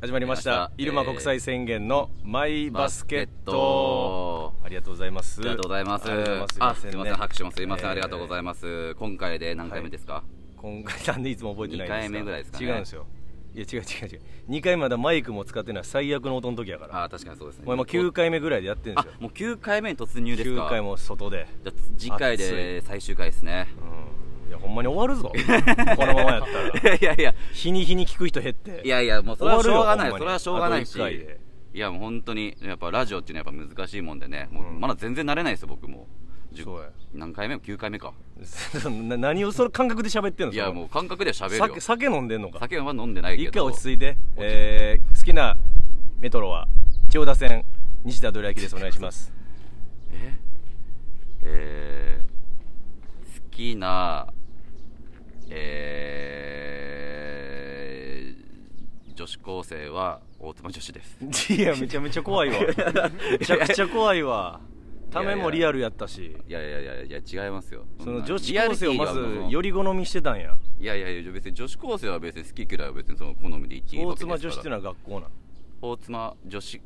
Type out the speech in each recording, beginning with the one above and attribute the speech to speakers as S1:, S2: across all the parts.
S1: 始まりました
S2: 始まりました
S1: 入間国際宣言のマイバスケット
S2: バスケット
S1: ありがとうございます
S2: ありがとうございます
S1: ありがとうござい
S2: あ
S1: ます
S2: すいません拍手もすいませんありがとうござ
S1: ま
S2: います今回で何回目ですか
S1: す今回なんでいつも覚えてないんですか
S2: 二回目ぐらいですかね
S1: 違うんですよいや違う違う違う2回まだマイクも使ってない最悪の音の時やから
S2: あ確かにそうですね
S1: もう今9回目ぐらいでやってるん
S2: あ
S1: ですよ
S2: もう9回目に突入ですか
S1: 9回も外で
S2: じゃあ次回で最終回ですね
S1: うんいやほんまに終わるぞ このままやったら
S2: いやいや
S1: 日に日に聞く人減って
S2: いやいやもうそれはし
S1: 終
S2: ょう
S1: わ
S2: が
S1: るよほ
S2: ない
S1: んまに
S2: それはしょうがないし
S1: あと一回で
S2: いやもう本当にやっぱラジオっていうのはやっぱ難しいもんでねもう
S1: うん
S2: まだ全然慣れないですよ僕もじゅ
S1: そうや
S2: 何回目も9回目か
S1: な何をその感覚で喋ってんの
S2: いやもう感覚では喋る
S1: 酒
S2: よ
S1: 酒飲んでんのか
S2: 酒は飲んでないけど
S1: 一回落ち着いて、えー、好きなメトロは千代田線西田どら焼きですお願いします
S2: ええー好きなえー女子高生は大妻女子です
S1: いやめちゃめちゃ怖い わめちゃくちゃ怖いわためもリアルやったし
S2: いやいやいやいや違いますよ
S1: その女子高生をまずよ
S2: り
S1: り好みしてたんや
S2: いやいやいや別に女子高生は別に好き嫌いは別にその好みで言っていい
S1: 大
S2: わけですから
S1: 妻女子っていうのは学校なん
S2: 大妻女子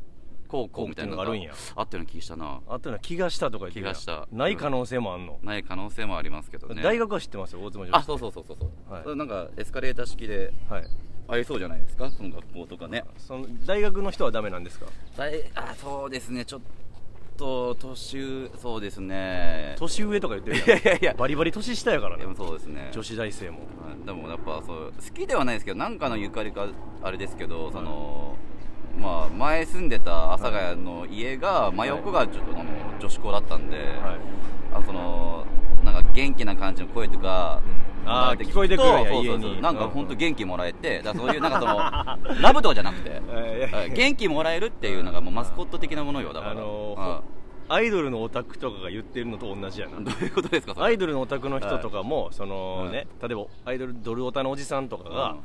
S2: 高校みたいな
S1: 高校っていうのがあるんや
S2: あったような気したな
S1: あったの気がしたとか言ってるやん
S2: 気がした
S1: ない可能性もあんの、
S2: ない可能性もありますけどね
S1: 大学は知ってますよ大妻女子
S2: あそうそうそうそうそう、
S1: はい
S2: それなんかエスカレーター式で
S1: はい
S2: ありそうじゃないですかその学校とかね
S1: その大学の人はダメなんですか
S2: 大あそうですねちょっと年上そうですね
S1: 年上とか言ってるやん
S2: いやいやいや
S1: バリバリ年下やから
S2: で
S1: ね
S2: もそうですね
S1: 女子大生も
S2: はいでもやっぱそう好きではないですけどなんかのゆかりかあれですけどそのまあ前住んでた阿佐ヶ谷の家が真横がちょっとあの女子校だったんで、
S1: はい
S2: あそのなんか元気な感じの声とか、
S1: うんあー
S2: で
S1: 聞こえてくるんや
S2: 聞くとそうそうそう
S1: 家に
S2: なんか
S1: うん
S2: 本当元気もらえてだからそういうなんか そのラブとかじゃなくて、
S1: えー
S2: はい 元気もらえるっていうのがもうマスコット的なものよだから、
S1: あのー
S2: うん
S1: アイドルのオタクとかが言ってるのと同じやな
S2: どういうことですかそれ
S1: アイドルのオタクの人とかも、そのね、例えばアイドルドルオタのおじさんとかが、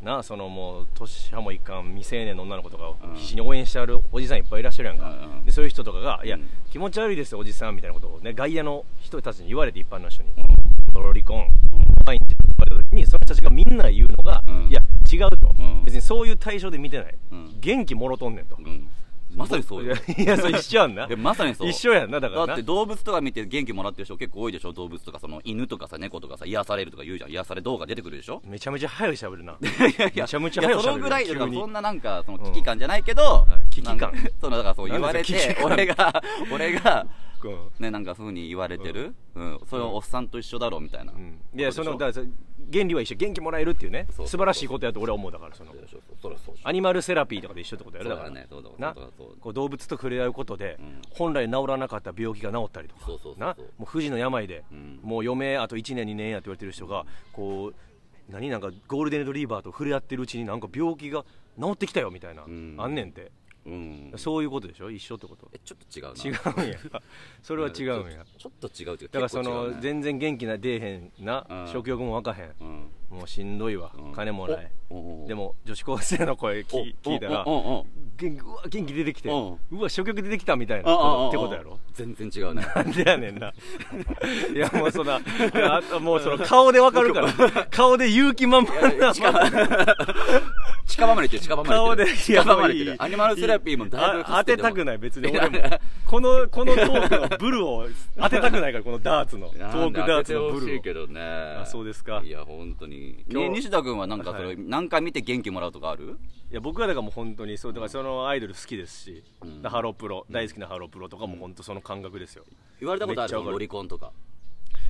S1: なあそのもう年派もいかん未成年の女の子とかを
S2: うん
S1: 必死に応援してあるおじさんいっぱいいらっしゃるやんか、
S2: うんうん
S1: でそういう人とかが「いや、
S2: うん
S1: 気持ち悪いですよおじさん」みたいなことをね外野の人たちに言われて一般の人に「ドロリコン」「毎日」って言われた時にその人たちがみんな言うのが「
S2: うん
S1: いや違うと」
S2: うん
S1: 別にそういう対象で見てない、
S2: うん
S1: 元気もろとんねんと、
S2: うんまさにそう
S1: い
S2: よ
S1: や いやそれ一緒やんな
S2: いやまさにそう
S1: 一緒やんなだから
S2: だ
S1: な
S2: って動物とか見て元気もらってる人結構多いでしょ動物とかその犬とかさ猫とかさ癒されるとか言うじゃん癒され動画出てくるでしょ
S1: めちゃめちゃ早いしゃべる な
S2: いやいや
S1: めちゃめちゃ
S2: いや
S1: 早く
S2: そのぐらい
S1: 喋
S2: だ
S1: る急
S2: から
S1: に
S2: そんななんかその危機感じゃないけど、
S1: はい危機感
S2: なんかそのだからそう言われ
S1: なんです
S2: て
S1: か
S2: 俺が俺が
S1: うん
S2: ねなんかそういうふうに言われてる、うんそれはおっさんと一緒だろうみたいな、
S1: いやその
S2: だ
S1: だから原理は一緒元気もらえるっていうね
S2: そうそうそう
S1: 素晴らしいことやと俺は思うだからその
S2: そりゃそうでしょ
S1: アニマルセラピーとかで一緒ってことやる
S2: そ
S1: だ
S2: う
S1: か
S2: だ
S1: ら
S2: ねそうだそうだ
S1: な
S2: そうだそうだ
S1: こう動物と触れ合うことで
S2: うん
S1: 本来治らなかった病気が治ったりとか
S2: そうそうそうそう
S1: なもう不治の病で
S2: うん
S1: もう余命あと1年2年やって言われてる人がこう何なんかゴールデンレトリーバーと触れ合ってるうちになんか病気が治ってきたよみたいなあ
S2: ん
S1: んねんって
S2: うん
S1: そういうことでしょ一緒ってこと
S2: えちょっと違うな
S1: 違うんやそれは違うんや
S2: ちょちょっと違うっていう
S1: だから
S2: 結構
S1: そ
S2: 違う
S1: の
S2: ね
S1: 全然元気な出えへん
S2: う
S1: なん食欲も湧かへん
S2: うん
S1: もうしんどいわ、
S2: うん
S1: 金もない
S2: おおお
S1: でも女子高生の声
S2: お
S1: き聞いたら
S2: おおおお
S1: 元気うわ元気出てきて
S2: うん
S1: うわ食欲出てきたみたいな
S2: ああああ
S1: ってことやろ
S2: 全然違う ね
S1: なんでやねんな いやもうそんないやあともうその顔でわかるから顔で勇気満々な
S2: 近場まで行ってる近場まで行
S1: 顔
S2: って
S1: で
S2: る
S1: い
S2: 近場まで行
S1: い
S2: って
S1: や
S2: るアニマルセラピーもだいぶ
S1: あ当てたくない別に俺も
S2: いや
S1: このこのトークのブルを当てたくないからこのダーツのトークダーツのブ
S2: 当ててほし
S1: ル
S2: い
S1: を
S2: けどねあ
S1: そうですか
S2: いや本当に
S1: 今日
S2: ね西田君はなんかそれ、
S1: はい
S2: 何回見て元気もらうとかある
S1: いや僕はだからもう本当にそうだからそのアイドル好きですし、
S2: うん
S1: ハロプロ大好きなハロプロとかも本当その感覚ですよ、
S2: 言われたことあ
S1: めっちゃ
S2: る
S1: わかる
S2: ロリコンとか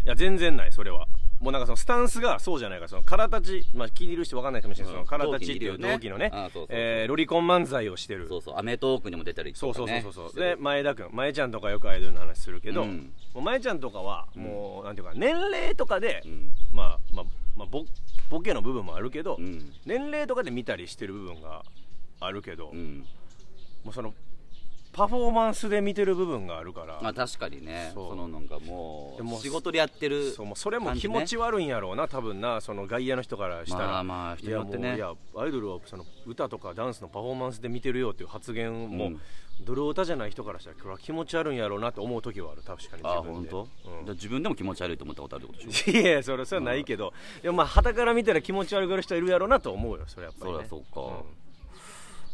S1: いや全然ないそれはもうなんかそのスタンスがそうじゃないからその空立ち、まあ、気に入る人分かんないかもしれないけど、
S2: うん
S1: その空立ちっていう
S2: 同
S1: 同期
S2: 期にいるよ
S1: のね
S2: ねあそうそうそう
S1: えーロリコン漫才をしてる
S2: そうそう『アメトーク』にも出たり
S1: そ
S2: と
S1: う
S2: か、
S1: そう
S2: ね、
S1: そうそうそう、
S2: して
S1: で
S2: る
S1: 前田君前ちゃんとかよくアイドルの話するけど、
S2: うん
S1: もう前ちゃんとかはもう、なんていうか年齢とかで、
S2: うん
S1: まあまあ、まあ、ボボケの部分もあるけど、
S2: うん
S1: 年齢とかで見たりしてる部分があるけど、
S2: うん
S1: もうそのパフォーマンスで見てる部分があるから、
S2: まあ確かにね
S1: そう
S2: そのなんかも
S1: で
S2: う
S1: も
S2: 仕事でやってる
S1: そうもうそれも気持ち悪いんやろうな、多分なその外野の人からしたら、
S2: まあまあ人によってね
S1: いやもういやアイドルはその歌とかダンスのパフォーマンスで見てるよっていう発言も、
S2: うん
S1: ドルオタじゃない人からしたらこれは気持ち悪いんやろうなと思う時はある確かに
S2: あ
S1: 自分
S2: 本
S1: で
S2: 当、
S1: うん
S2: じゃあ自分でも気持ち悪いと思ったことあるってことでしょ
S1: いやいやそれそれはないけど、 でもまあはから見たら気持ち悪がる人いるやろうなと思うよそれやっぱり、ね、
S2: そりゃそうか、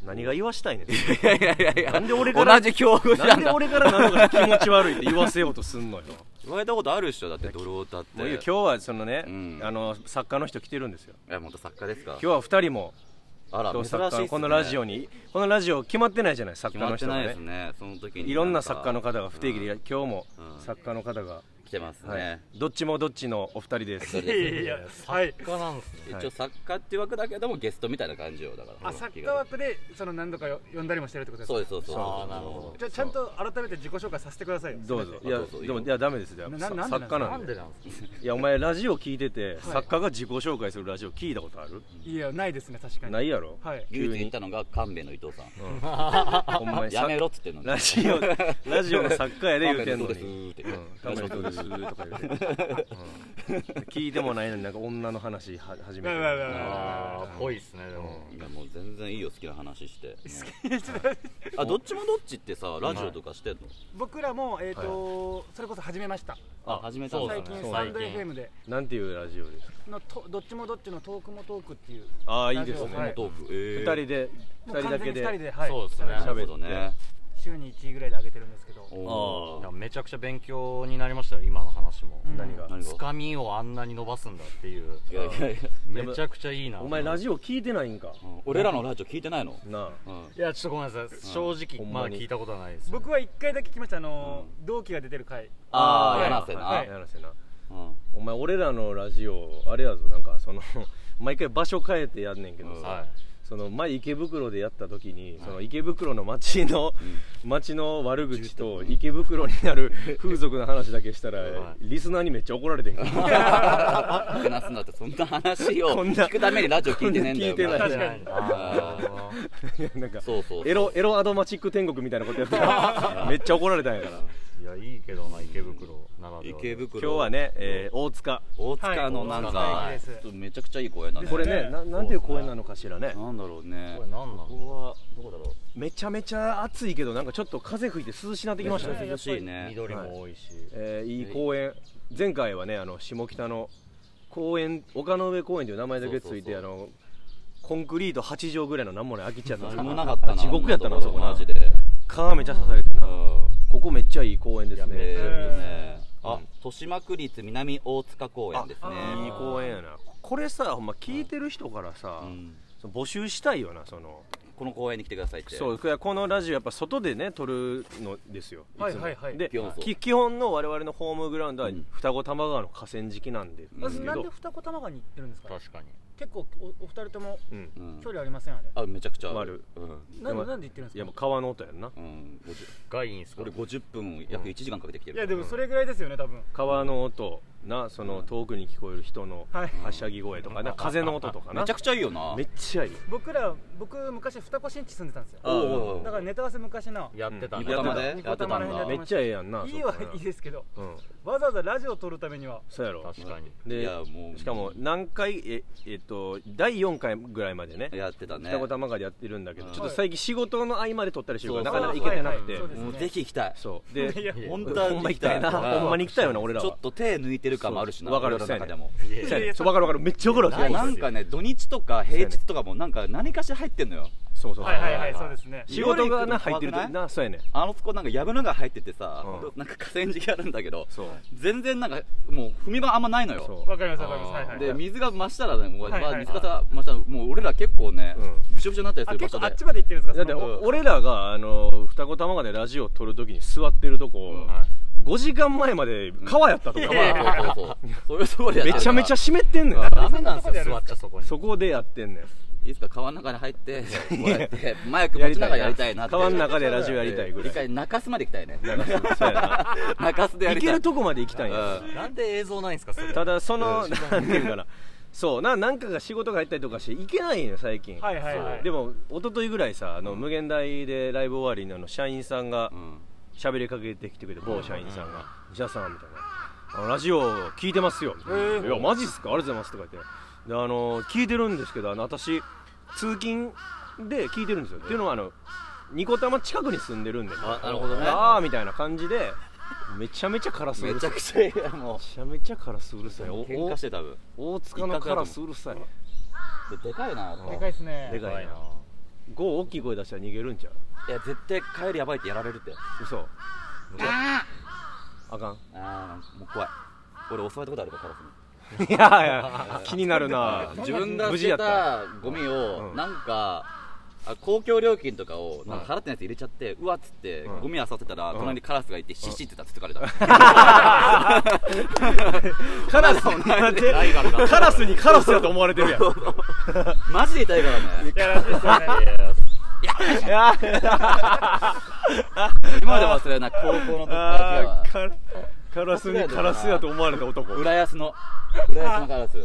S1: 何が言わ したいねん
S2: いやいやいやいや
S1: なんで俺から
S2: 同じ境遇
S1: な
S2: なんん
S1: で
S2: だ
S1: 俺からなんか気持ち悪いって言わせようとすんのよ
S2: 言われたことあるっしょだってドルオタって
S1: もういいよ今日はそのね、
S2: うん
S1: あの作家の人来てるんですよ
S2: え元作家ですか
S1: 今日は2人も
S2: あら
S1: 今
S2: 珍
S1: 日
S2: しいっ
S1: 作家
S2: すね
S1: のこのラジオにこのラジオ決まってないじゃない作
S2: 決
S1: 家
S2: ま
S1: の
S2: って
S1: 人が
S2: ないです
S1: ね
S2: ねその時に
S1: いろんな作家の方が不定期で、
S2: うん
S1: 今日も
S2: うん
S1: 作家の方が、
S2: 来てます
S1: はい
S2: ね
S1: どっちもどっちのお二人です
S2: そう
S3: いや
S2: です
S3: いやいや作家なんですね
S1: はい
S2: 一応作家っていう枠だけどもゲストみたいな感じよだから
S3: あ作家枠でその何度かよ呼んだりもしてるってことです
S2: そう
S3: か
S2: ですそうですそうです
S3: あーなるほどじゃあちゃんと改めて自己紹介させてくださいよ
S1: どうぞ
S3: せ
S1: いや
S2: どうぞ
S1: でもいやダメですよ
S3: めて
S1: や
S3: な
S1: っぱ
S3: な
S1: 作家な
S3: なんん
S1: で
S3: でなんですか
S1: いやお前ラジオ聞いてて、作家が自己紹介するラジオ聞いたことある、
S3: いやないですね確かに
S1: ないやろ、
S3: はい
S2: 唯一言ったのが神戸の伊藤さん
S1: ほんまにさ
S2: やめろっつってんのに
S1: ラジオラジオの作家やで言うてん の
S2: 神戸
S1: に
S2: の伊藤
S1: う
S2: です
S1: んカメラとですとか言うて、うん聞いてもないのになんか女の話は始め
S3: わいわいわい
S1: て
S3: わ
S4: あーぽいっすねでも、
S2: いやもう全然いいよ好きな話してあどっちもどっちってさラジオとかしてんの
S3: い僕らもえっとそれこそ始めました
S1: あ
S2: あ始めたんだ
S3: 最
S4: そう
S3: 近
S4: ですね
S3: サンド
S4: 最近
S3: FM で
S1: なんていうラジオですか
S3: のとどっちもどっちのトークもトークっていう
S1: ああいいですね、
S3: ラジオはい
S2: トーク
S1: 二
S2: ええ
S1: 人で二
S3: もう
S1: 人だ
S3: 完全
S1: け
S3: に2人
S1: で
S3: ではい
S4: そうですね
S2: なるほどね
S3: 週に1位ぐらいで上げてるんですけど
S2: おー
S4: いやめちゃくちゃ勉強になりましたよ今の話も、
S3: うん
S1: 何が
S2: 何
S4: つかみをあんなに伸ばすんだっていう
S2: いやいやいや
S4: めちゃくちゃいいな
S1: お前ラ
S4: ジ
S1: ジオ聞いてないんか
S2: うん俺らのラジオ聞いてないの
S1: なあ
S2: うん
S4: いやちょっとごめんなさい正直、
S1: ほん
S4: ま
S1: ま
S4: だ
S1: に
S4: 聞いたことはないです
S3: 僕は1回だけ来ましたあのー同期が出てる回
S1: は
S2: ああ
S1: い
S2: 柳瀬
S3: は
S2: ない
S1: やらせな
S2: うん
S1: お前俺らのラジオあれやぞなんかその 毎回場所変えてやんねんけどさ、
S4: は
S1: その前池袋でやった時に、その池袋の街の、街の悪口と池袋にある風俗の話だけしたら、
S4: は
S1: リスナーにめっちゃ怒られてんから
S2: 話すんだ ってそんな話を
S1: こんな
S2: 聞くためにラジオ聞いてねえんだよ
S1: こんな聞いてない
S2: お前
S3: 確かに
S4: あ ー
S1: なんか
S2: そうそうそう
S1: エロエロアドマチック天国みたいなことやった らめっちゃ怒られたんやから
S4: いやいいけどな池袋ならでは
S2: 池袋
S1: 今日はね、えー大塚
S2: 大塚のなんか
S3: はい大塚の駅です
S2: ちょっとめちゃくちゃいい公園だね
S1: これねななんていう公園なのかしらね
S2: なんだろうね
S4: これ何な
S2: こ
S4: の
S2: こはどこだろ
S1: めちゃめちゃ暑いけどなんかちょっと風吹いて涼しなってきました
S2: う
S1: ね
S2: 涼しいね
S4: 緑も多いし、
S1: えーいい公園前回はねあの下北の公園丘の上公園という名前だけついて
S2: そうそう
S1: あのコンクリート8畳ぐらいの何もない空き地やったんです
S2: 何もなかったな
S1: 地獄やったな
S2: あ
S1: あ
S2: ん
S1: そこ
S2: とろ
S1: な
S2: マジで
S1: 川めっちゃ刺されて
S2: う
S1: なんここめっちゃいい公園です
S2: え
S1: ね
S2: ーとねあ豊島区立南大塚公園ですね
S1: いい公園やなこれさほんま聞いてる人からさ、
S2: うん
S1: その募集したいよなその
S2: この公園に来てくださいって
S1: そういやこのラジオやっぱ外でね撮るのですよつも
S3: はいはいはい
S1: で
S2: ピョンソ
S1: き基本の我々のホームグラウンドは
S2: うん
S1: 双子玉川の河川敷なんで
S3: ま
S1: です
S3: ず
S1: け
S3: なん
S1: ど
S3: で、二子玉川に行ってるんですか
S4: 確かに
S3: 結構おお二人とも
S1: うん
S2: うん
S3: 距離ありませんあれ
S2: あめちゃくちゃあ
S1: 丸
S2: うん
S3: な
S1: で
S3: ん
S1: も
S3: でなんで行ってるん
S1: い
S3: で
S1: や
S3: す
S1: もう
S3: か
S1: 川の音やんな
S2: うん50
S4: がいいんすか
S2: 俺50分約1時間かけてきて
S3: いや
S2: る
S3: でもそれぐらいですよね多分
S1: 川の音なその遠くに聞こえる人の
S3: はい
S1: はしゃぎ声とかな風の音とかな
S2: めちゃくちゃいいよな
S1: めっちゃいい
S3: 僕ら僕昔二子新地住んでたんですよ
S1: あ
S3: だからネタ合わせ昔な
S4: やってた
S1: うんん
S4: だ
S1: やってた
S2: ニコタマでやってたんだ
S1: めっちゃええやんない
S3: いは
S1: そこない
S3: いですけど
S1: うん
S3: わざわざラジオ撮るためには
S1: そうやろ
S4: 確かに
S2: い
S1: で
S2: やもう
S1: しかも何回ええっと第4回ぐらいまでね
S2: やってたね
S1: 双子玉川でやってるんだけど
S2: うん
S1: ちょっと最近仕事の合間で撮ったりしてるからな
S2: そう
S1: かな
S2: そう
S1: か行けてなくて
S3: はいはいそうですね
S2: もうぜひ行きたい
S1: そうで
S3: いや
S4: いや
S2: 本当は
S1: ほんま行きたいな
S2: うん
S1: ほんまに行きたいよな俺らは
S2: ちょっと手抜いてる感もあるしな
S1: そうわかる
S2: 俺らの中でも
S4: いやいや
S1: そうやねそうわかるわかるめっちゃわかるわ
S2: な
S1: そうやね
S2: なんかね土日とか平日とかもなんか何かしら入ってんのよ
S1: そうそうそう
S3: はいはいはいそうですね
S1: 仕事がな
S2: 夜行く
S1: 入
S2: の
S1: ってる
S2: 怖
S1: と
S2: くない
S1: なそうやねん
S2: あのそこなんかやぶのが入っててさ、
S1: うん
S2: なんか河川敷あるんだけど
S1: そう
S2: 全然なんかもう踏み場あんまないのよ
S1: そう
S3: わかりますわかりますはいはい
S2: で水が増したらねもう、
S3: はいはいはい
S2: まあ水がさ増したらもう俺ら結構ね、
S1: う
S2: ぶしょぶしょになったりす
S3: あ
S2: る場
S3: 結
S2: 所
S3: 構
S2: で
S3: あっちまで行ってるんです
S1: だ
S3: か
S1: って
S3: その
S1: お俺らがあの双子玉川でラジオを撮るときに座ってるとこ
S4: はい
S1: 5時間前まで川やったとか
S3: いやいや
S2: そうそうそうそういうところでやって
S1: め
S2: るから
S1: ちゃめちゃ湿ってんねん
S4: ダメなんですよ座っちゃそこに
S1: そこでやってんね
S2: いつか川の中に入ってこうやってマイク
S1: ん
S2: 持ちながらやりたいなって
S1: 川の中でラジオやりたいぐら
S2: 一
S1: い
S2: 回中洲まで行きたいね
S1: そうやな
S2: 中洲でや
S1: 行
S2: りた
S1: け
S2: い
S1: るとこまで行きたいんや
S2: う
S4: なんで映像ないんすかそ れ
S1: ただそのなんていうかなそうななんかが仕事が入ったりとかして行けないんよ最近
S3: はいはいはい
S1: でも一昨日ぐらいさあの無限大でライブ終わりにあの社員さんが
S2: ん
S1: 喋りかけてきてくれて某社員さんが「じゃあさん」みたいなあの「ラジオ聞いてますよ」みたいな
S3: へえ
S1: いやマジっすかありがとうございます」とか言ってであの聞いてるんですけどあの私通勤で聞いてるんですよっていうのはあのニコ玉近くに住んでるんで、ね、
S2: あなるほどね
S1: ああみたいな感じでめちゃめちゃカラスう
S2: め
S1: る
S2: ち
S1: さ
S2: ゃ
S1: いめ
S2: くちゃいやも
S1: ちゃめちゃカラスうるさいうお
S2: 喧嘩して多分
S1: お大塚のカラスうるさい
S2: ででかいな
S3: でかいですね
S1: でかいな
S4: 怖いな
S1: 5大きい声出したら逃げるんちゃう
S4: いや絶対帰りやばいってやられるって
S1: 嘘
S4: あ
S1: あかん
S4: あなんかもう怖い俺襲われたことあるからカラスに
S1: いやいや気になるな
S2: 自分が
S1: 無事
S2: 捨て
S1: やった
S2: たゴミ
S1: う
S2: を
S1: ん
S2: なんか、あ公共料金とかをなんか
S1: う
S2: 払ってないやつ入れちゃって、うわっつって、
S1: うん
S2: ゴミ漁ってたら、
S1: うん
S2: 隣にカラスがいて、シシってたってつつ かれた。
S1: カラス待っ
S2: まだ同じ
S1: て
S4: ライバルだ
S1: カラスにカラスやと思われてるやん
S2: マジで痛いからね。
S3: いやらしいですよね
S1: いや
S2: 今でも忘れない、高校の時
S1: あ
S2: か
S1: ーカラカラスにカラスやと思われた男
S2: ら、浦安の、浦安のカラス。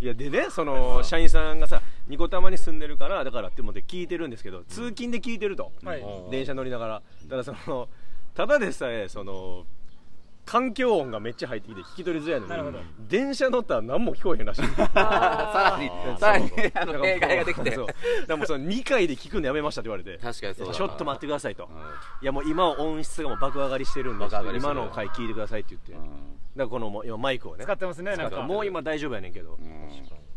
S1: いやでねその社員さんがさニコタマに住んでるからだからって思って聞いてるんですけど通勤で聞いてると、
S3: はい
S1: うん電車乗りながらただそのただでさえその環境音がめっちゃ入ってきて聞き取りづらい
S3: なる
S1: の
S3: ほ
S1: に
S3: ど
S1: 電車乗ったら何も聞こえへんらし い
S2: さらに、さらに、あの、映画ができて。
S1: そう
S2: 確
S1: だからもうその2回で聞くのやめましたって言われて
S2: かにそうだ。
S1: ちょっと待ってくださいと、
S2: うん。
S1: いやもう今は音質がもう爆上がりしてるんで
S2: 爆上がりして
S1: 今
S2: る
S1: の回聞いてくださいって言って、だからこのもう今マイクをね
S3: 使ってますねなんか
S1: もう今大丈夫やねんけど、
S2: うん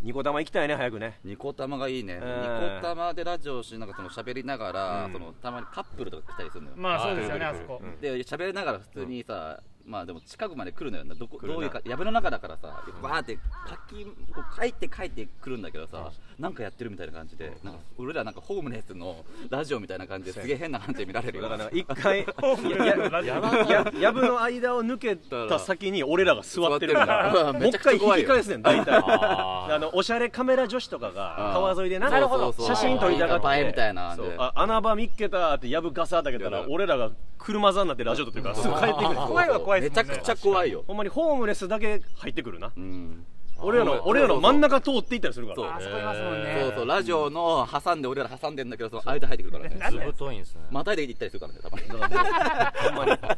S1: ニコ玉行きたいね早くね
S2: ニコ玉がいいね、
S1: うん
S2: ニコ玉でラジオをしなんかその喋りながら、そのたまにカップルとか来たりするのよ、
S3: まあそうですよね
S4: あ
S3: あ
S4: ー
S3: そこ
S2: で喋りながら普通にさ、まあでも近くまで来るのよどこ
S1: るな
S2: どういうか藪の中だからさバーって書きこう書いて書いてくるんだけどさ、なんかやってるみたいな感じで、なんか俺らなんかホームレスのラジオみたいな感じですげえ変な感じで見られる
S1: だから
S2: よ
S1: なんか一回 いやいや
S3: ラジオ
S1: ややぶの間を抜けた先に俺らが座ってるんだ
S2: 座ってるんだ
S1: もう一回引き返すねん大体
S4: あー
S1: あのおしゃれカメラ女子とかが
S2: うん
S1: 川沿いでな
S2: なるほど
S1: 写真撮りたがって
S2: 映えみたいなんで
S1: そうあ穴場見っけたってやぶガサーだけたら俺らが車座になってラジオ撮ってるからすぐ帰ってくる
S2: あー
S3: 怖いは怖いで
S2: め
S3: す
S2: ち
S3: も
S2: ゃ
S3: んね
S2: くちゃ怖いよ、
S1: ほんまにホームレスだけ入ってくるな
S2: うん、
S1: 俺ら
S2: そう
S1: の
S2: そう
S1: 俺らの真ん中通っていったりするか
S2: そう
S1: ら
S3: あそこいますもんね
S2: そうそうラジオの挟んで俺ら挟んでんだけどその間入ってくるからね
S3: なん
S4: ず
S3: で
S4: ぶといんですね
S2: またいで行ったりするからねたまに
S1: だからもうほんまにだから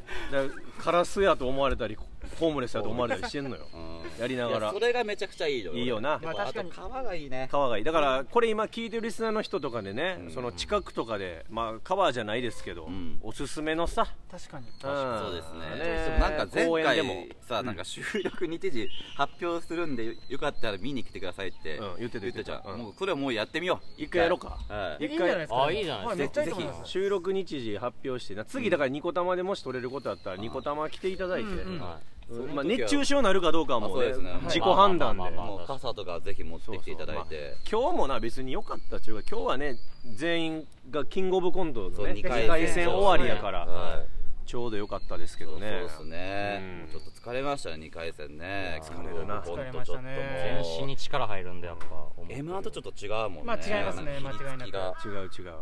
S1: カラスやと思われたりホームレスやと思われたりしてんのよ
S2: うん
S1: やりなが
S2: いや
S1: ら
S2: それがめちゃくちゃいいよ
S1: いいよな
S2: やっぱ
S3: まあ
S2: あ
S3: 確
S2: と
S3: かに
S2: 川がいいね
S1: 川がいいだからこれ今聞いてるリスナーの人とかでね、
S2: うん
S1: その近くとかでまあ川じゃないですけど、
S2: ん
S1: おすすめのさ、
S3: 確かに
S1: ん
S2: そうですね
S1: ね
S2: でもなんか前
S1: 公園でも
S2: 回さなんか収録日時発表するんでよかったら見に来てくださいって
S1: うん言ってた
S2: 言ってたじ
S1: 言ってた
S2: ゃ
S1: うんん
S2: もうそれはもうやってみよう
S1: 一回やろうか
S2: はい
S3: いいん
S1: 一
S3: じゃないですか
S4: あいいじゃないですか
S3: はめっちゃいいと思います
S1: 収録日時発表してな次だからニコ玉でもし取れることあったらニコ玉来ていただいて、
S3: うんうん
S4: は
S1: うん
S2: その時は
S1: まあ、熱中症になるかどうかはもう,、
S2: あそうですねはい
S1: 自己判断で、
S4: まあまあまあまあ
S2: もう傘とかぜひ持ってきていただいて
S1: 今日もな別に良かったっちゅうか今日はね全員がキングオブコントの
S2: そう
S1: ね
S2: 二
S1: 2
S2: 回
S1: 回
S2: 戦
S1: 戦終わりやから、
S2: はい
S1: ちょうど良かったですけどね
S2: そうですね
S1: うん
S2: もうちょっと疲れましたね2回戦ね
S1: 疲れるな
S2: ほんとちょっと
S3: 疲れましたね
S4: い全身に力入るんでやっぱ思って
S2: M1 とちょっと違うもんね
S3: まあ違いますね
S2: なんか
S3: 間違いなく
S2: 響きがやっ
S1: 違う違う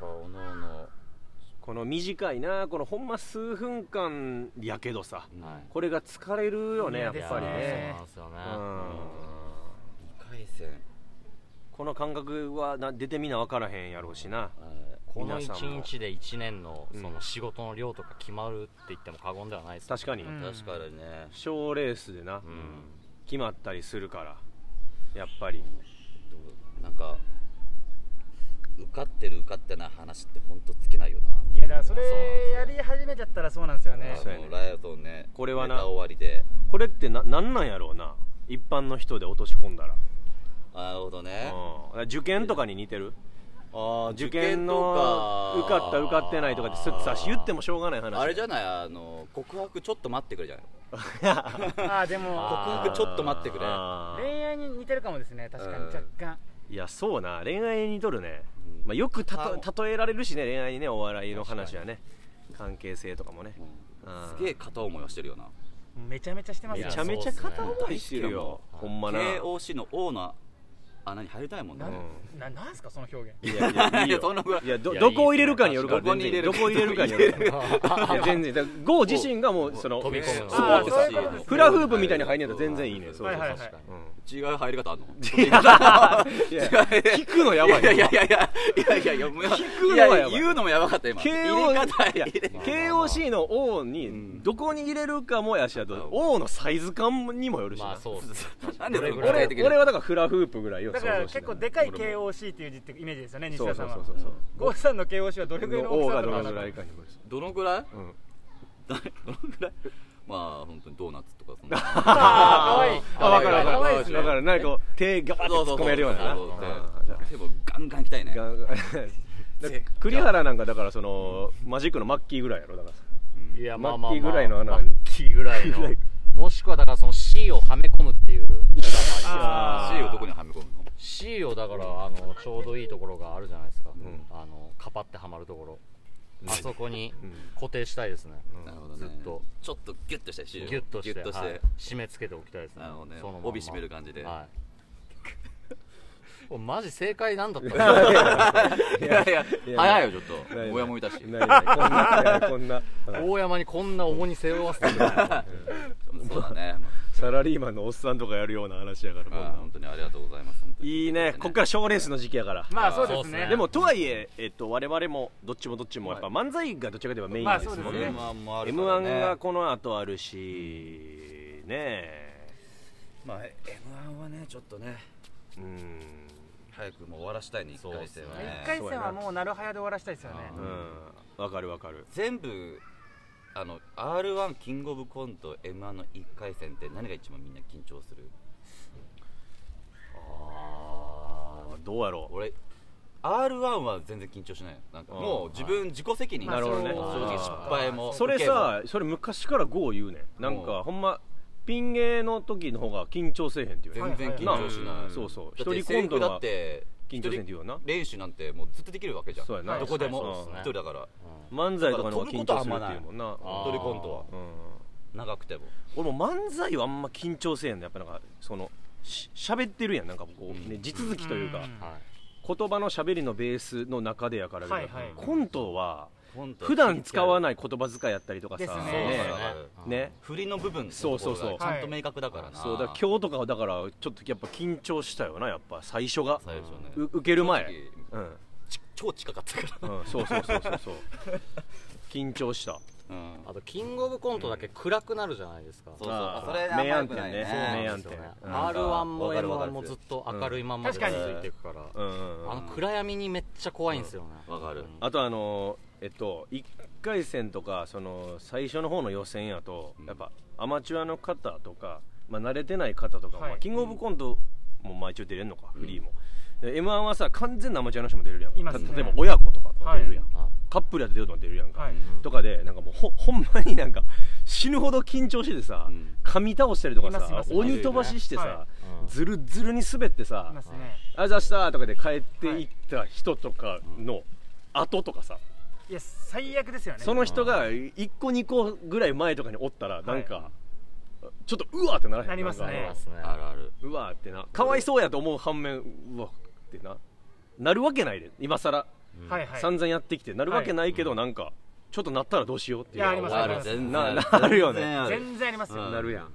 S2: ぱおのおの
S1: この短いなこのほんま数分間やけどさ
S2: はい
S1: これが疲れるよね
S3: い
S1: や
S3: や
S1: っ
S3: です
S1: ぱり
S4: いやーそう
S1: ね
S4: なんですよね
S2: 2回戦
S1: この感覚はな出てみな分からへんやろうしな
S2: はい
S4: この
S1: 皆さんも
S4: 1日で1年の
S1: うん
S4: その仕事の量とか決まるって言っても過言ではないですね
S1: 確かに
S3: うん
S2: 確かにね
S1: 賞、レースでな、
S4: うん
S1: 決まったりするからやっぱり
S2: どうなんか受かってる受かってない話って本当尽きないよない
S3: やだからそれやり始めちゃったらそうなんですよね
S1: そうやね
S2: もうライアトンね
S1: これはな
S2: ネタ終わりで
S1: これってななんなんやろうな一般の人で落とし込んだら、
S2: あなるほどね
S1: うん、受験とかに似てる
S2: あ
S1: 受験の受かった受かってないとかってすってさ言ってもしょうがない話
S2: あれじゃないあの告白ちょっと待ってくれじゃない
S3: ああでも
S4: あー
S2: 告白ちょっと待ってくれ
S1: あー
S3: 恋愛に似てるかもですね確かに
S2: うん
S3: 若干
S1: いやそうな恋愛に似とるね、
S2: うん
S1: まあ、よくた
S2: あ
S1: と例えられるしね恋愛にねお笑いの話はね関係性とかもね、あー
S2: すげえ片思いはしてるよな
S3: めちゃめちゃしてます
S1: め
S3: よ
S1: ちゃめちゃ片思いしてるよ、
S4: いや
S1: ほんまな、
S2: KOC の王の穴に入りたいもんね
S3: なん
S1: う
S3: ななんすかその表現
S1: いやいやいいよ
S2: そんなぐらい
S1: いやど
S4: いや
S1: どこを入れるかによるから
S2: どこに入れる
S1: 全然どこを入れるかによるからいや全然だからゴー自身がもうその
S4: 飛び込む
S2: そう
S3: あー
S2: そう
S3: そういうことですね
S1: フラフープみたいに入んねやったら全然いいねそうそうそう、
S3: はいはいはい
S2: 違う入り方あんの
S1: うんいや聞くのやばい
S2: いやいやいやいやいやいやいやもう
S1: くのはやばい
S2: や言うのもやばかった今
S1: KO
S2: 入れ方
S1: いや
S2: 入れ方
S1: KOC の王にどこに入れるかもやしあと王のサイズ感にもよるしな、
S4: まあそうです ね
S2: なんでそれ
S4: どれぐら
S2: 具
S4: い
S1: 俺
S2: 体的に
S1: 俺はだからフラフープぐらいよ
S3: だから結構でかい
S1: 系
S3: KOC っていう字ってイメージですよね西
S1: そう
S3: 田
S1: そ
S3: さ
S1: うんそ
S3: は
S1: うそう
S3: 郷さんの KOC はどれぐらいの
S1: 王
S3: 大
S1: が
S3: きさ
S1: ど
S3: と
S1: の
S3: か
S1: ぐらい
S3: な
S1: かにもです
S2: どのぐらい
S1: うん
S2: だどのぐらいまあ本当にドーナツとかそんな
S3: あー
S1: あ
S3: 可
S1: わ
S3: 愛い
S1: かるわ
S3: 可
S1: か
S3: 愛
S1: る
S3: いですね
S1: だからなんかこう手ガバッて突っ込めるようなな
S2: そうそうそうそう手もガンガン行きたいね
S1: ガンガンで栗原なんかだからそのマジックのマッキーぐらいやろだから
S4: いやまあまあまあ
S1: 末期ぐらいの穴
S4: マッキーぐらいのもしくはだからその C をはめ込むっていう手段もあります
S2: C をどこにはめ込むの
S4: C をだからあのちょうどいいところがあるじゃないですか、
S1: ん
S4: あのカパってはまるところ、あそこに固定したいですね、
S2: なるほど
S4: ずっ
S2: ね
S4: と
S2: ちょっとギュッとしてシールを
S4: ギュッとして
S2: ギュッとし
S4: はい
S2: て
S4: 締め付けておきたいですね
S2: なるほどね
S4: そのまんま
S2: 帯締める感じで
S4: はい これマジ正解なんだったの
S2: いやいや
S1: いや
S2: 早いよちょっ
S1: な
S2: と
S1: いない
S2: 親もいたし
S1: ないないこんなこんな
S4: 大山にこんな重に背負わせてくれない
S2: そうだね
S1: サラリーマンのおっさんとかやるような話やからこん
S2: まあ
S1: な
S2: 本当にありがとうございます本当に
S1: いいねこっから賞レースの時期やから
S3: まあそうです
S4: そうっ
S3: ね
S4: す
S1: でもとはいえ、えっと、我々もどっちもどっちもやっぱ漫才がどっちかといえばメイン
S3: まあ
S1: ですもん
S3: そうで
S1: ね
S3: すね
S2: M1 もある
S1: m
S2: からね
S1: 1がこの後あるし、ねえ
S2: まあ M1 はねちょっとね
S1: うん
S2: 早くもう終わらしたいね一回戦は
S4: そうっす
S2: ね
S3: 一回戦はもうなるはやで終わらしたいですよね
S1: うんわかるわかる
S2: 全部あの r 1キングオブコント m 1の1回戦って何が一番みんな緊張する
S1: あーどうやろう
S2: 俺 r 1は全然緊張しないよなんか
S1: あー
S2: もう自分自己責任
S1: なるほどね
S2: 正直
S1: あー
S2: 失敗も
S1: それ
S2: 受けも
S1: さそれ昔から GO 言うねんなん
S2: う
S1: か
S2: ん
S1: ほんまピン芸の時の方が緊張せえへんって言うね
S2: 全然緊張し
S1: はいはい
S2: な
S1: はいいそうそう
S2: だって
S1: 一人コントの
S2: 制服だって
S1: 緊張せんって言うよな
S2: 一人練習なんてもうずっとできるわけじゃん
S1: そうやな
S2: どこで
S4: はいはい
S2: も
S4: そう
S2: 一
S4: ですね
S2: 人だから
S1: 漫才とかの方が緊張するっていうもんな
S4: あー
S2: 一人コントは
S1: うん
S2: 長くても
S1: 俺も漫才はあんま緊張せえへんのやっぱなんかそのし喋ってるやんなんかこう、ね、地続きというか、
S3: うん
S4: はい
S1: 言葉の喋りのベースの中でやから、
S3: はいはい
S1: コントは
S2: コントは
S1: 普段使わない言葉遣いやったりとかさ
S3: ですね
S2: そうだね
S1: ね
S2: 振りの部分の
S1: そうそうそう
S2: ところがちゃんと明確だからな
S1: そうだから今日とかはだからちょっとやっぱ緊張したよなやっぱ最初が
S2: 最初ね
S1: う受ける前
S2: 正
S1: うん、
S2: ち超近かったから
S1: うん、そうそうそう そうそう緊張した
S2: うん
S4: あとキングオブコントだけ暗くなるじゃないですか、
S2: そうそう
S1: あー
S2: それあんま
S1: 明暗
S2: 良くない
S1: 点ね
S2: ねそうな
S1: 明
S2: ん
S4: な
S1: 暗
S4: んです
S1: 点
S4: よね、
S1: うん
S4: r 1も
S2: わかる
S4: m
S2: わか
S4: 1
S2: る
S4: もずっと明るいまんまで
S3: 確かに
S4: 続いていくから、
S1: うんうんうん
S4: あの暗闇にめっちゃ怖いんですよね、
S2: わかる
S1: あとあのえっと1回戦とかその最初の方の予選やと、やっぱアマチュアの方とか、まあ、慣れてない方とか、
S3: はい
S1: まあキングオブコントもまあ一応出れるのか、フリーも m 1はさ完全なアマチュアの人も出れるやんか
S3: いますね
S1: た例えば親子とかも出れるやん、
S4: はい
S1: カップルやって出るのも出るやんか、
S3: はい
S1: とかでなんかもうほ ほんまになんか死ぬほど緊張しててさ、
S2: うん
S1: 噛み倒したりとか
S3: いますい
S1: さ
S3: ます
S1: 鬼飛ばししてさ
S3: は、
S4: うん
S1: ずるずるに滑ってさ、
S3: いますね
S1: あざしたとかで帰っていった人とかの後とかさ、
S3: いや最悪ですよね
S1: その人が1個2個ぐらい前とかにおったらなんか、ちょっとうわってならへん
S3: なりますね
S1: なんか
S4: ありますね
S2: あるある
S1: うわってなかわいそうやと思う反面うわってななるわけないで今さら
S3: はいはい
S1: 散々やってきてなるわけないけど、なんかちょっとなったらどうしようっていう
S3: いやあります
S2: ある
S3: あり
S2: 全然
S1: な
S2: ある
S1: なるよね
S2: 全然ある
S3: 全然ありますよ
S2: うん
S1: なるやん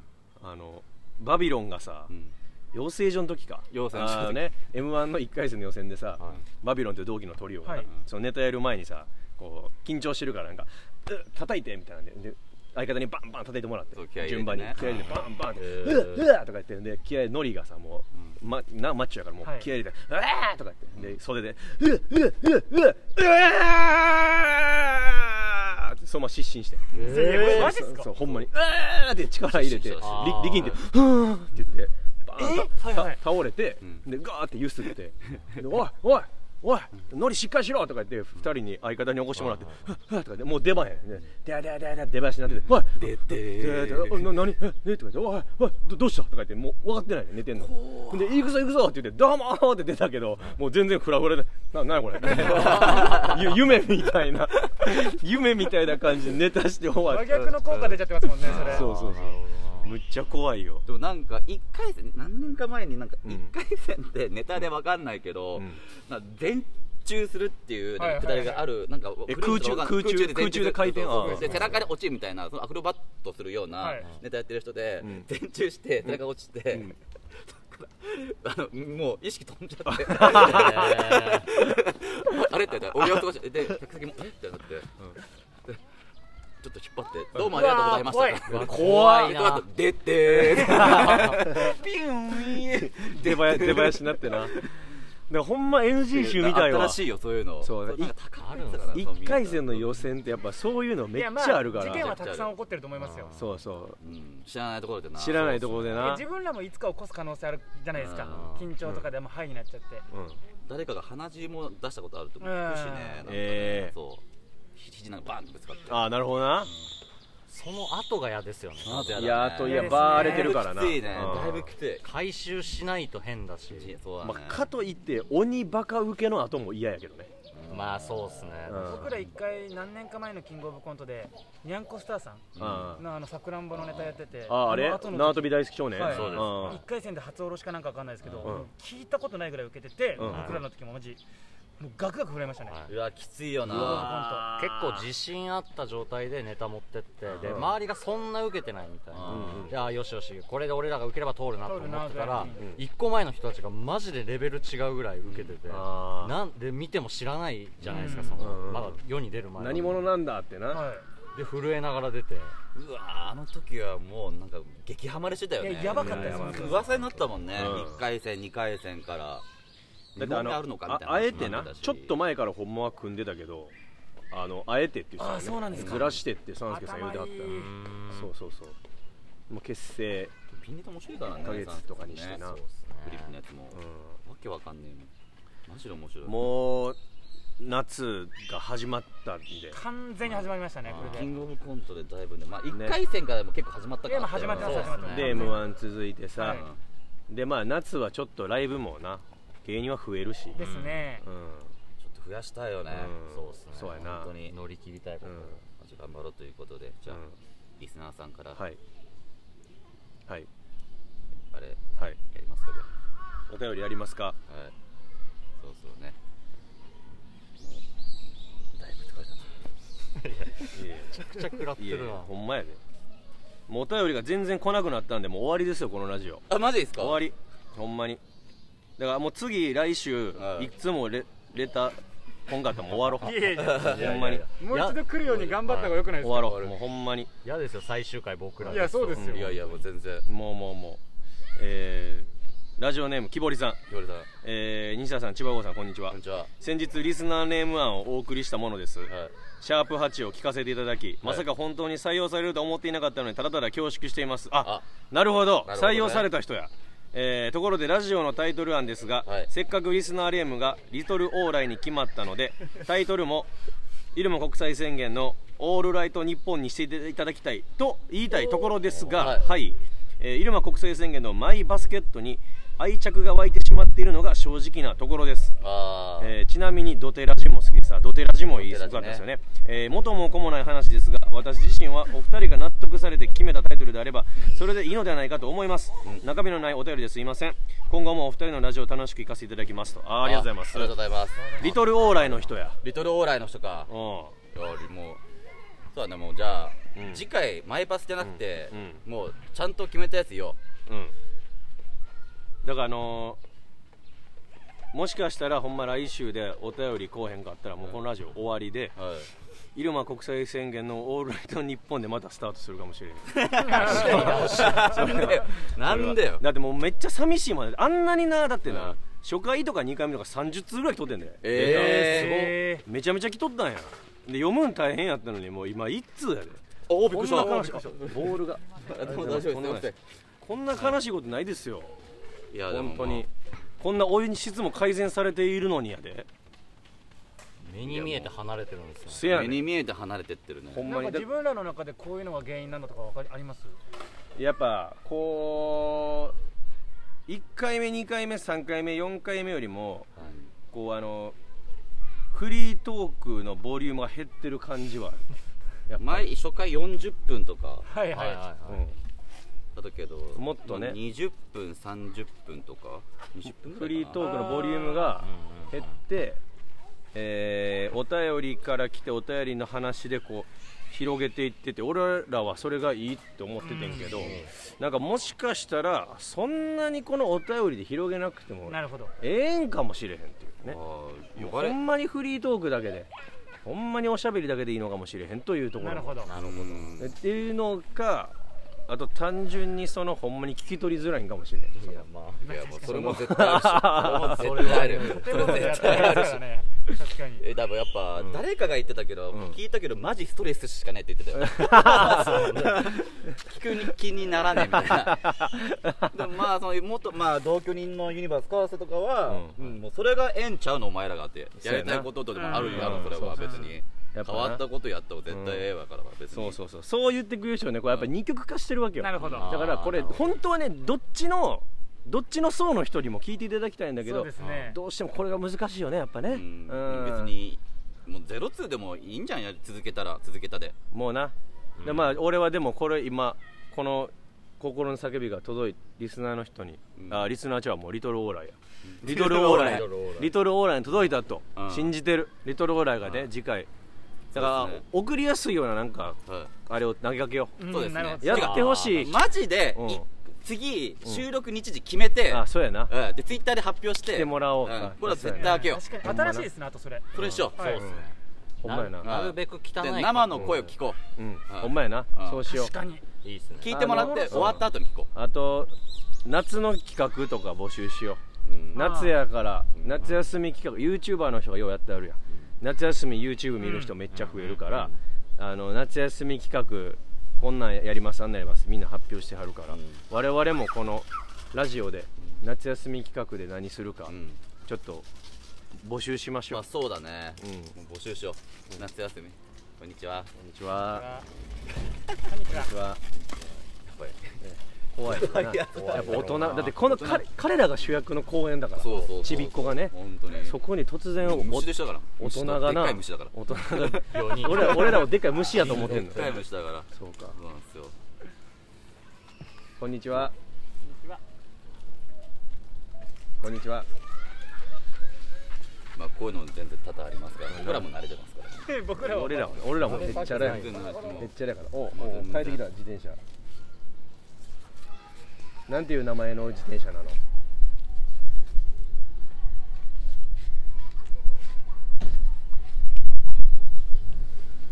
S1: あのバビロンがさ、
S2: うん
S1: 養成所の時か
S2: 養成所
S1: あ
S2: の時
S1: ーね m 1の1回戦の予選でさ、
S4: はい
S1: バビロンという同期のトリオがな、
S3: はい
S1: そのネタやる前にさこう緊張してるからなんか「うっ叩いて」みたいなんでで相方にバンバン叩いてもらって、
S2: そう気合い入れて
S1: 順番
S2: ね
S1: に気合い入れてバンバンって「
S4: ー
S1: うわうわ!」とか言ってんで気合いノリがさもう、ま、なマッチョやからもう
S3: はい
S1: 気合い入れて「うわ!」とか言ってで袖で「うわうわうわうわうわ!」ってそのまま失神して。
S3: いやいやこれマジっ
S1: そ
S3: す
S1: う
S3: か
S1: そうほんまに「うわ!」って力入れて
S2: そうそうそう
S1: り
S4: あー
S1: 力んで「ふーん」って言ってバーンと
S3: えはいはい
S1: た倒れて
S2: ん
S1: でガーってゆすって「でおいおいおいノリしっかりしろ!」とか言って二人に相方に起こしてもらって「ふっふっ」とか言ってもう出番やねで「でででで出番しなってて「おい
S2: 出
S1: で
S2: て
S1: でおいな何えねとか言って「おいおいどどうした?」とか言ってもう分かってないね寝てんので「行くぞ行くぞ」って言って「どうも!」って出たけどもう全然フラフラで「な何これ」 ゆ夢みたいな 夢みたいな感じでネタして終わ
S3: 真
S1: って
S3: 逆の効果出ちゃってますもんねそれ
S1: そうそうそうむっちゃ怖いよ
S2: でもなんか1回戦何年か前になんか
S1: うん
S2: 1回戦ってネタで分かんないけど、
S1: うん
S2: なんか前中するっていう
S3: はいはい
S2: くだりがある、なんか
S1: え
S2: 古い人わかんない
S1: 空中
S2: 空中で前
S1: 空中で回転
S2: そうそうそう
S1: あー
S2: で背中で落ちるみたいなそのアクロバットするような
S3: はい
S2: ネタやってる人で、
S1: うん
S2: 前中して背中落ちて、
S1: ん
S2: あのもう意識飛んじゃって。
S4: え
S2: あれって言ったら、おとかして、で、客席も、えってなって、でちょっと引っ張って、どうもありがとうございました。
S4: うわ怖い怖い
S2: で
S4: な
S2: この後出てーピューン
S1: 出囃出囃子になってなでほんま NG 集みたい
S2: 新
S1: わ
S2: しいよ、そういうの。
S1: そう
S2: なんか高いやつだからそう
S1: 1回戦の予選ってやっぱそういうのめっち
S3: いやま
S1: ゃあるか
S3: 事件
S1: ら
S3: はたくさん起こってると思いますよ
S1: そうそう
S2: うん知らないところでな。
S1: 知らないところでな
S3: 自分らもいつか起こす可能性あるじゃないですか緊張とかでもうハイになっちゃって
S1: うん
S2: 誰かが鼻血も出したことあると思う
S3: ええ
S2: 聞くしねなんかね
S1: ええ
S2: そうひ肘なんかバンとぶつかって
S1: ああなるほどな
S4: その後が嫌ですよね
S2: その後やだ
S1: い
S2: ね
S1: やあといや
S3: 嫌ですね
S1: バー荒れてるからな
S2: だいぶきついね
S1: うん
S2: だいぶきつい
S4: 回収しないと変だし
S2: そうだね
S1: まあ、かといって鬼バカ受けの後も嫌やけどね
S4: まあそうっすね、
S1: うん
S3: 僕ら一回何年か前のキングオブコントでにゃんこスターさ
S1: うんあ
S3: んのあのさくらんぼのネタやってて
S1: ああれ
S3: 後の
S1: 縄跳び大好き少年、
S3: はい
S2: そうです
S1: ん
S3: 1回戦で初おろしかなんかわかんないですけど、
S1: うん
S3: 聞いたことないぐらい受けてて、
S1: うん
S3: 僕らの時もマジもうガクガク震えましたね、
S4: は
S2: うわきついよ
S3: う
S2: な
S3: わ
S4: 結構自信あった状態でネタ持ってってで
S1: うん
S4: 周りがそんな受けてないみたいな
S2: うん
S4: いやよしよしこれで俺らが受ければ通るなと思ってたら
S3: 通るな
S1: ぐらいうん
S4: 一個前の人たちがマジでレベル違うぐらい受けてて
S1: あー
S4: なんで見ても知らないじゃないですか
S3: うん
S4: その
S1: うんうん
S4: まだ世に出る前
S1: 何者なんだってな、
S3: はい
S4: で震えながら出て
S2: うわあの時はもうなんか激ハマりしてたよ
S3: い
S2: ね
S3: ややばかったです
S1: やばかった
S2: 噂になったもんね
S1: うん
S2: 1回戦2回戦から
S1: だってあ
S2: 日本で
S1: の
S2: あるのかみたいな
S1: ああえてなちょっと
S2: 前
S1: 前からほんまは組んでたけどあのあえてって言ってたよね
S3: あそうなんですか
S1: ずらしてって三助さん言うてはった
S3: 頭いい
S1: そうそうそうもう結成
S2: ピンネタ面白いからね
S1: 一ヶ月とかにしてな
S2: そうっすねフリップのやつもわけわかんねえもんマジで面白い
S1: もう夏が始まったんで
S3: 完全に始まりましたねこれ
S2: キ
S3: で
S2: ングオブコントでだいぶねまあ1回戦からも結構始まったから
S3: いやまあ始まってます
S2: そうっすね
S3: 始まって
S1: で m 1続いてさ、
S3: は
S1: でまあ夏はちょっとライブもな芸人は増えるしう
S3: ですね、
S1: ん
S2: ちょっと増やしたいよね
S1: うん
S2: そうっすね
S1: そうやな
S2: 本当に
S4: 乗り切りたいこ
S1: う
S4: と
S1: ん
S2: マジ頑張ろうということでじゃあ
S1: うん
S2: リスナーさんからあ
S1: はいはい
S2: れや
S1: はい
S2: りますかじゃあ
S1: お便りありますか
S2: はい。そうそうね。もうだいぶ疲れたな。
S1: いやいや
S4: めちゃくちゃ食らって
S1: いやい
S4: る
S1: や
S4: な
S1: ほんまやでもうお便りが全然来なくなったんでもう終わりですよこのラジオ
S2: あ、マジですか。
S1: 終わりほんまにだからもう次来週
S2: はい
S1: いつもレレタこんかったらもう終わろう
S3: いやいや
S1: ほんまに
S3: もう一度来るように頑張った方がよくないです
S1: 終
S3: か
S1: わろうもうほんまに
S4: 嫌ですよ最終回僕ら
S3: いやそうですよ、
S2: いやいや、もう全然。
S1: もうもうもうえー、ラジオネーム木堀さん
S2: ひばりさん、
S1: えー、西田さん千葉郷さんこんにちは
S2: こんにちは。は
S1: 先日リスナーネーム案をお送りしたものです、
S2: い。
S1: シャープ8を聞かせていただき、まさか本当に採用されると思っていなかったのにただただ恐縮していますあ
S2: あ
S1: なるほど
S2: なるほど
S1: 採
S2: ね
S1: 用された人やえーところでラジオのタイトル案ですが、
S2: はい
S1: せっかくリスナーレームが「リトルオーライ」に決まったの でタイトルも「イルム国際宣言のオールライト日本にしていただきたいと言いたいところですが、は
S2: はいい
S1: えーイルマ国際宣言のマイバスケットに愛着が湧いてしまっているのが正直なところです
S2: ああ。
S1: えーちなみにドテラジも好きでさドテラジもいい
S2: ド
S1: す
S2: テ
S1: ご
S2: ラジ
S1: か
S2: ね
S1: ったですよねえー元も子もない話ですが私自身はお二人が納得されて決めたタイトルであればそれでいいのではないかと思います、中身のないお便りですいません今後もお二人のラジオ楽しく聞かせていただきますとあーありがとうございます
S2: ありがとうございます。
S1: リトルオーライの人や
S2: リトルオーライの人か
S1: う。ん
S2: よりもう。そうだね、もう、じゃあ
S1: うん、
S2: 次回、マイパスじゃなくて
S1: うんう、
S2: もう、ちゃんと決めたやつよ。
S1: うんだからあのーもしかしたらほんま来週でお便りこうへんかったらもうこのラジオ終わりで、
S2: はい。
S1: イルマ国際宣言のオールライト日本でまたスタートするかもしれない
S2: なん でよ。なんでよ。
S1: だってもうめっちゃ寂しいまであんなになだってな、初回とか2回目とか30通ぐらい来とってんだよ
S2: ええ。
S3: えー
S1: めちゃめちゃ来とったんやで読むん大変やったのにもう今1通やで
S2: おお、びっくりした。
S1: こんな悲しいボールが
S2: あでも大丈夫ですすいません
S1: こんな悲しいことないですよ
S2: いや、でもま
S1: 本
S2: あ
S1: 当に。こんなお湯に質も改善されているのにやで
S4: 目に見えて離れてるんですよ
S1: せや
S2: 目
S1: ねん
S2: に見えて離れてってるね。
S1: ほん
S3: な
S1: ま
S3: んか
S1: にだ
S3: 自分らの中でこういうのが原因なのとかわかりあります
S1: やっぱこう1回目2回目3回目4回目よりも
S2: はい
S1: こうあのフリートークのボリュームが減ってる感じはあるやっぱり
S2: 前初回40分とか
S3: はいはい、
S1: うん
S2: だったけど
S1: もっとね
S2: 20分30分とか20分ぐ
S1: フ
S2: らい
S1: リ
S2: か
S1: ート
S2: な
S1: ークのボリュームが減って、えーお便りから来てお便りの話でこう広げていってて俺らはそれがいいって思っててんけど、なんかもしかしたらそんなにこのお便りで広げなくても
S3: なるほど
S1: ええんかもしれへんっていうね
S2: あー呼ば
S1: ほ
S2: れ
S1: んまにフリートークだけでほんまにおしゃべりだけでいいのかもしれへんというところ
S3: なるほど
S2: なるほど
S1: っていうのがあと単純にそのほんまに聞き取りづらいんかもしれん
S4: いやま
S2: いやもうそれも絶対あるしそれも絶対あるよ
S3: とてもやっ
S2: 絶
S3: てな
S2: 対あ
S3: い
S2: る
S3: で
S2: し
S3: すよね確かに
S2: えだからやっぱ
S1: ん
S2: 誰かが言ってたけど、
S1: ん
S2: 聞いたけどマジストレスしかないって 言ってたよそう聞く気にならねえみたいな でもまあそのもっとまあ同居人のユニバースカワセとかは、うんもうそれがええんちゃうのお前らがって
S1: そう
S2: や
S1: やな
S2: りたいこととでもあるや
S1: う
S2: ろ
S1: ん
S2: それは
S1: そう
S2: 別に
S1: やっぱな
S2: 変わったことやった方絶対ええわから別に
S1: そうそうそうそう言ってくれる人はねこれやっぱ2極化してるわけよ
S3: なるほど
S1: だからこれ
S2: あーなるほ
S1: 本当はねどっちのどっちの層の人にも聞いていただきたいんだけ
S3: そう
S1: ど
S3: ですね
S1: どうしてもこれが難しいよねやっぱね
S2: う
S1: うん
S2: ん別にもうゼロツーでもいいんじゃんや続けたら続けたで
S1: もうな、でまあ俺はでもこれ今この心の叫びが届いリスナーの人に、
S2: うん
S1: あリスナーちゃうわもうリトルオー ライやリトルオーラ
S2: リ
S1: イ
S2: トルオーライ
S1: リトルオーライに届いたと
S2: うん
S1: 信じてるリトルオーライがね次回だか
S2: そう
S1: ら
S2: ですね
S1: 送りやすいようななんか
S2: はい
S1: あれを投げかけよ
S3: うん
S2: そうです
S3: なる
S2: ね
S3: ほど
S1: やってほしい
S2: 違うマジで、
S1: うん
S2: い次収録日時決めて、
S1: うあそうやな
S2: うんでツイッターで発表して
S1: 来てもらおう
S2: うん
S1: あ
S2: これは絶対開けよう
S3: 確かに新しいですねあとそれ
S2: それにしよう、
S3: はい
S2: そう
S1: ほんまや
S4: な
S1: な
S4: なるべく汚い
S2: で生の声を聞こう、
S1: うん
S2: はい
S1: ほんまやな
S2: うん
S1: そうしよう
S3: 確かに
S4: いいですね
S2: 聞いてもらっ
S1: あ
S2: て
S1: の
S2: 終わった後に聞こ
S1: あと夏の企画とか募集しよ
S2: う、うん
S1: う夏やから夏休み企画 YouTuber の人がようやってあるやん夏休み YouTube 見る人めっちゃ増えるからあの夏休み企画こんなんやりますあんなんやりますみんな発表してはるから我々もこのラジオで夏休み企画で何するか
S2: うん
S1: ちょっと募集しましょ
S2: ま
S1: う
S2: あそうだね、
S1: うん
S2: もう募集しよう、夏休みこんにちは
S1: こんにちは
S3: こんにちは
S1: こんにちは
S2: やばい
S1: 怖いなやっぱ大人だってこの彼彼らが主役の公演だから
S2: そうそうそう
S1: ちびっ子がね
S2: 本当に
S1: そこに突然お
S2: 虫でしたから
S1: 大人がな
S2: でっかい虫だから
S1: 大人が
S4: 4人
S1: 俺ら俺らをでっかい虫やと思ってん
S2: で
S1: の
S2: っかい虫だから
S1: そうか
S2: そうなんですよ
S1: こんにちはこんにちは
S2: まあこういうのも全然多々ありますから僕らも慣れてますから
S3: 僕らは
S1: 俺らは俺らもめっちゃだよ
S2: 全然慣れても
S1: め
S2: う
S1: っちゃだからおうおう帰ってきた自転車なんていう名前の自転車なの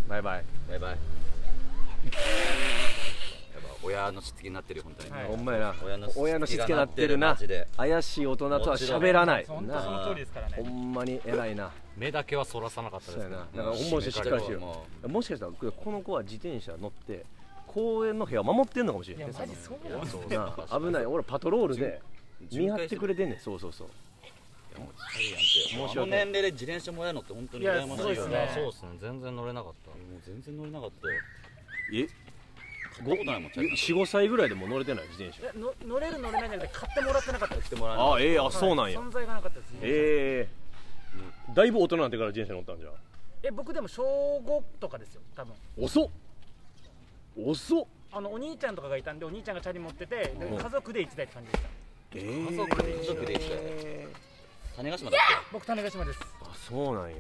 S1: バイバイ
S2: バイバイやっぱ親のしつけになってるよ本当に、
S3: はい
S1: ほんまやな
S2: 親のしつけ
S1: 親のしつけなってるな
S2: マジで
S1: 怪しい大人とは喋らない
S3: 本当そ
S1: な
S3: の通りですから
S1: ほ
S3: ね
S1: んまに偉いな
S4: 目だけはそらさなかった
S1: そう
S4: です
S1: や
S4: け
S1: な
S4: ど
S1: だからほんまにしっかりしてる
S2: も
S1: もしかしたらこの子は自転車乗って公園の部屋を守ってんのかもしれ
S3: い
S1: な
S3: や
S1: い
S3: マジそうなんですね
S1: なあ危ない俺パトロールで見張ってくれてんねんそうそうそう
S2: いやもうチ
S1: 申し訳な
S2: ャリなんてこの
S1: い
S2: 年齢で自転車もらえるのって本当に
S3: いや
S2: 羨ましいよ
S3: すごい
S4: い
S3: で
S4: や
S3: すね
S4: そうですね全然乗れなか
S2: も
S4: っ
S2: う全然乗れなかったよ
S1: え
S2: 買ったことないもんチャリ
S1: 45歳ぐらいでも乗れてない自転車
S3: えの乗れる乗れないじゃなくて買ってもらってなかったです
S2: てもらえ
S1: あええあ
S3: はい
S1: そうなんや
S3: 存在がなかったですね
S1: ええだいぶ大人になってから自転車乗ったんじゃ
S3: え僕でも小5とかですよ多分
S1: 遅っ遅っ
S3: あのお兄ちゃんとかがいたんでお兄ちゃんがチャリ持っててで
S1: うん
S3: 家族で一台って感じでした
S1: え
S2: 家
S1: え
S2: 族で家族で行きたい種子島だっけ
S3: 僕種子島です
S1: あそうなんや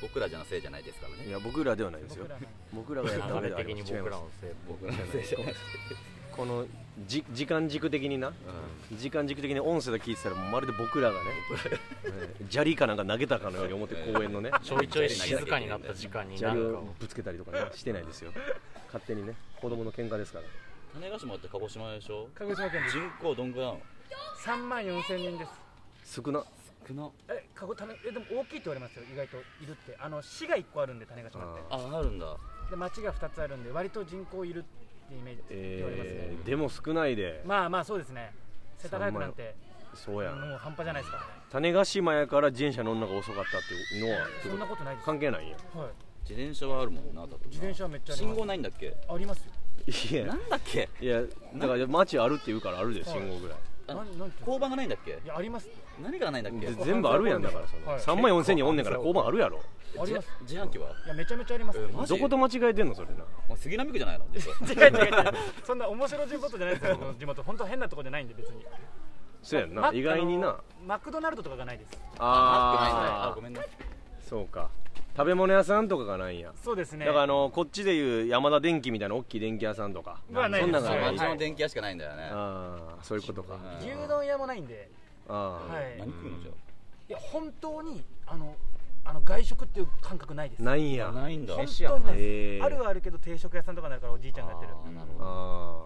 S2: 僕らじゃのせいじゃないですから
S1: い
S2: ね
S1: や僕らではないですよ
S3: 僕らの
S1: 僕らがやった
S4: た
S1: わ
S4: 流
S1: け
S4: れ
S1: ではあり
S4: 的
S1: ま
S4: に
S1: せん違い
S4: 僕ら
S1: ます
S4: のせい
S2: 僕らのせいじゃない
S1: このじ時間軸的にな時間軸的に音声で聞いてたらもうまるで僕らがねえー砂利かなんか投げたかのように思って公園のね
S4: ちょいちょい静かになった時間に
S1: 砂
S4: な
S1: 利
S4: んか
S1: をぶつけたりとかねしてないですよ勝手にね子供の喧嘩ですから
S2: 種子島って鹿児島でしょ
S3: 鹿児島県です
S2: 人口どんぐらいなの
S3: 3万4千人です
S1: 少な
S2: 少な
S3: え鹿児種えでも大きいって言われますよ意外といるってあの市が1個あるんで種子島って
S2: ああるんだ
S3: で町が2つあるんで割と人口いるってイメージって言われますね、
S1: えーでも少ないで
S3: まあまあそうですね世田谷区なんて
S1: そうやん
S3: もう半端じゃないですからね
S1: 種子島やから自転車乗るのが遅かったっていうのは
S3: そんなことないです、はい、
S1: 関係ないんや
S2: 自転車はあるもんな多分
S3: 自転車はめっちゃありま
S2: 信
S3: す
S2: 号ないんだっけ
S3: ありますよ
S1: いや
S2: なんだっけ
S1: いやだから街あるって言うからあるで信号ぐらい
S2: あ
S3: 何何て
S2: 交番がないんだっけ
S3: いやありますって
S2: 何がないんだっけ
S1: で全部あるやんだからそ
S3: はい
S1: の3万4000人おんねんから交番あるやろ
S3: あります
S2: 自販機はい
S3: やめちゃめちゃあります、
S2: えマジ
S1: どこと間違えてんのそれな
S2: もう杉並区じゃないの実は
S3: 違う違う違うそんな面白い地元じゃないですよ 地元本当変なとこじゃないんで別に
S1: そうやん
S3: マ
S1: な
S3: ッ
S1: 意外に
S3: あ
S1: な
S3: のマクドナルドとかがないです
S2: あごめんね
S1: そうか食べ物屋さんとかがないんや
S3: そうですね
S1: だからあのこっちでいう山田電機みたいな大きい電気屋さんとか
S3: はない
S1: そんな
S3: です
S1: ん
S2: そ
S1: が
S2: う
S1: な
S3: はい
S2: 町の電気屋しかないんだよね
S1: ああそういうことか
S2: うん
S3: 牛丼屋もないんで
S1: あ
S3: はい
S2: 何食うのじゃ
S3: いや本当にあのあの外食っていう感覚ないです
S1: ないんや
S4: ないんだ
S3: 本
S4: 飯や
S3: 当にない
S1: へ
S3: で
S1: ー
S3: すあるはあるけど定食屋さんとかになるからおじいちゃんがやってる
S4: あーなるほど
S1: あ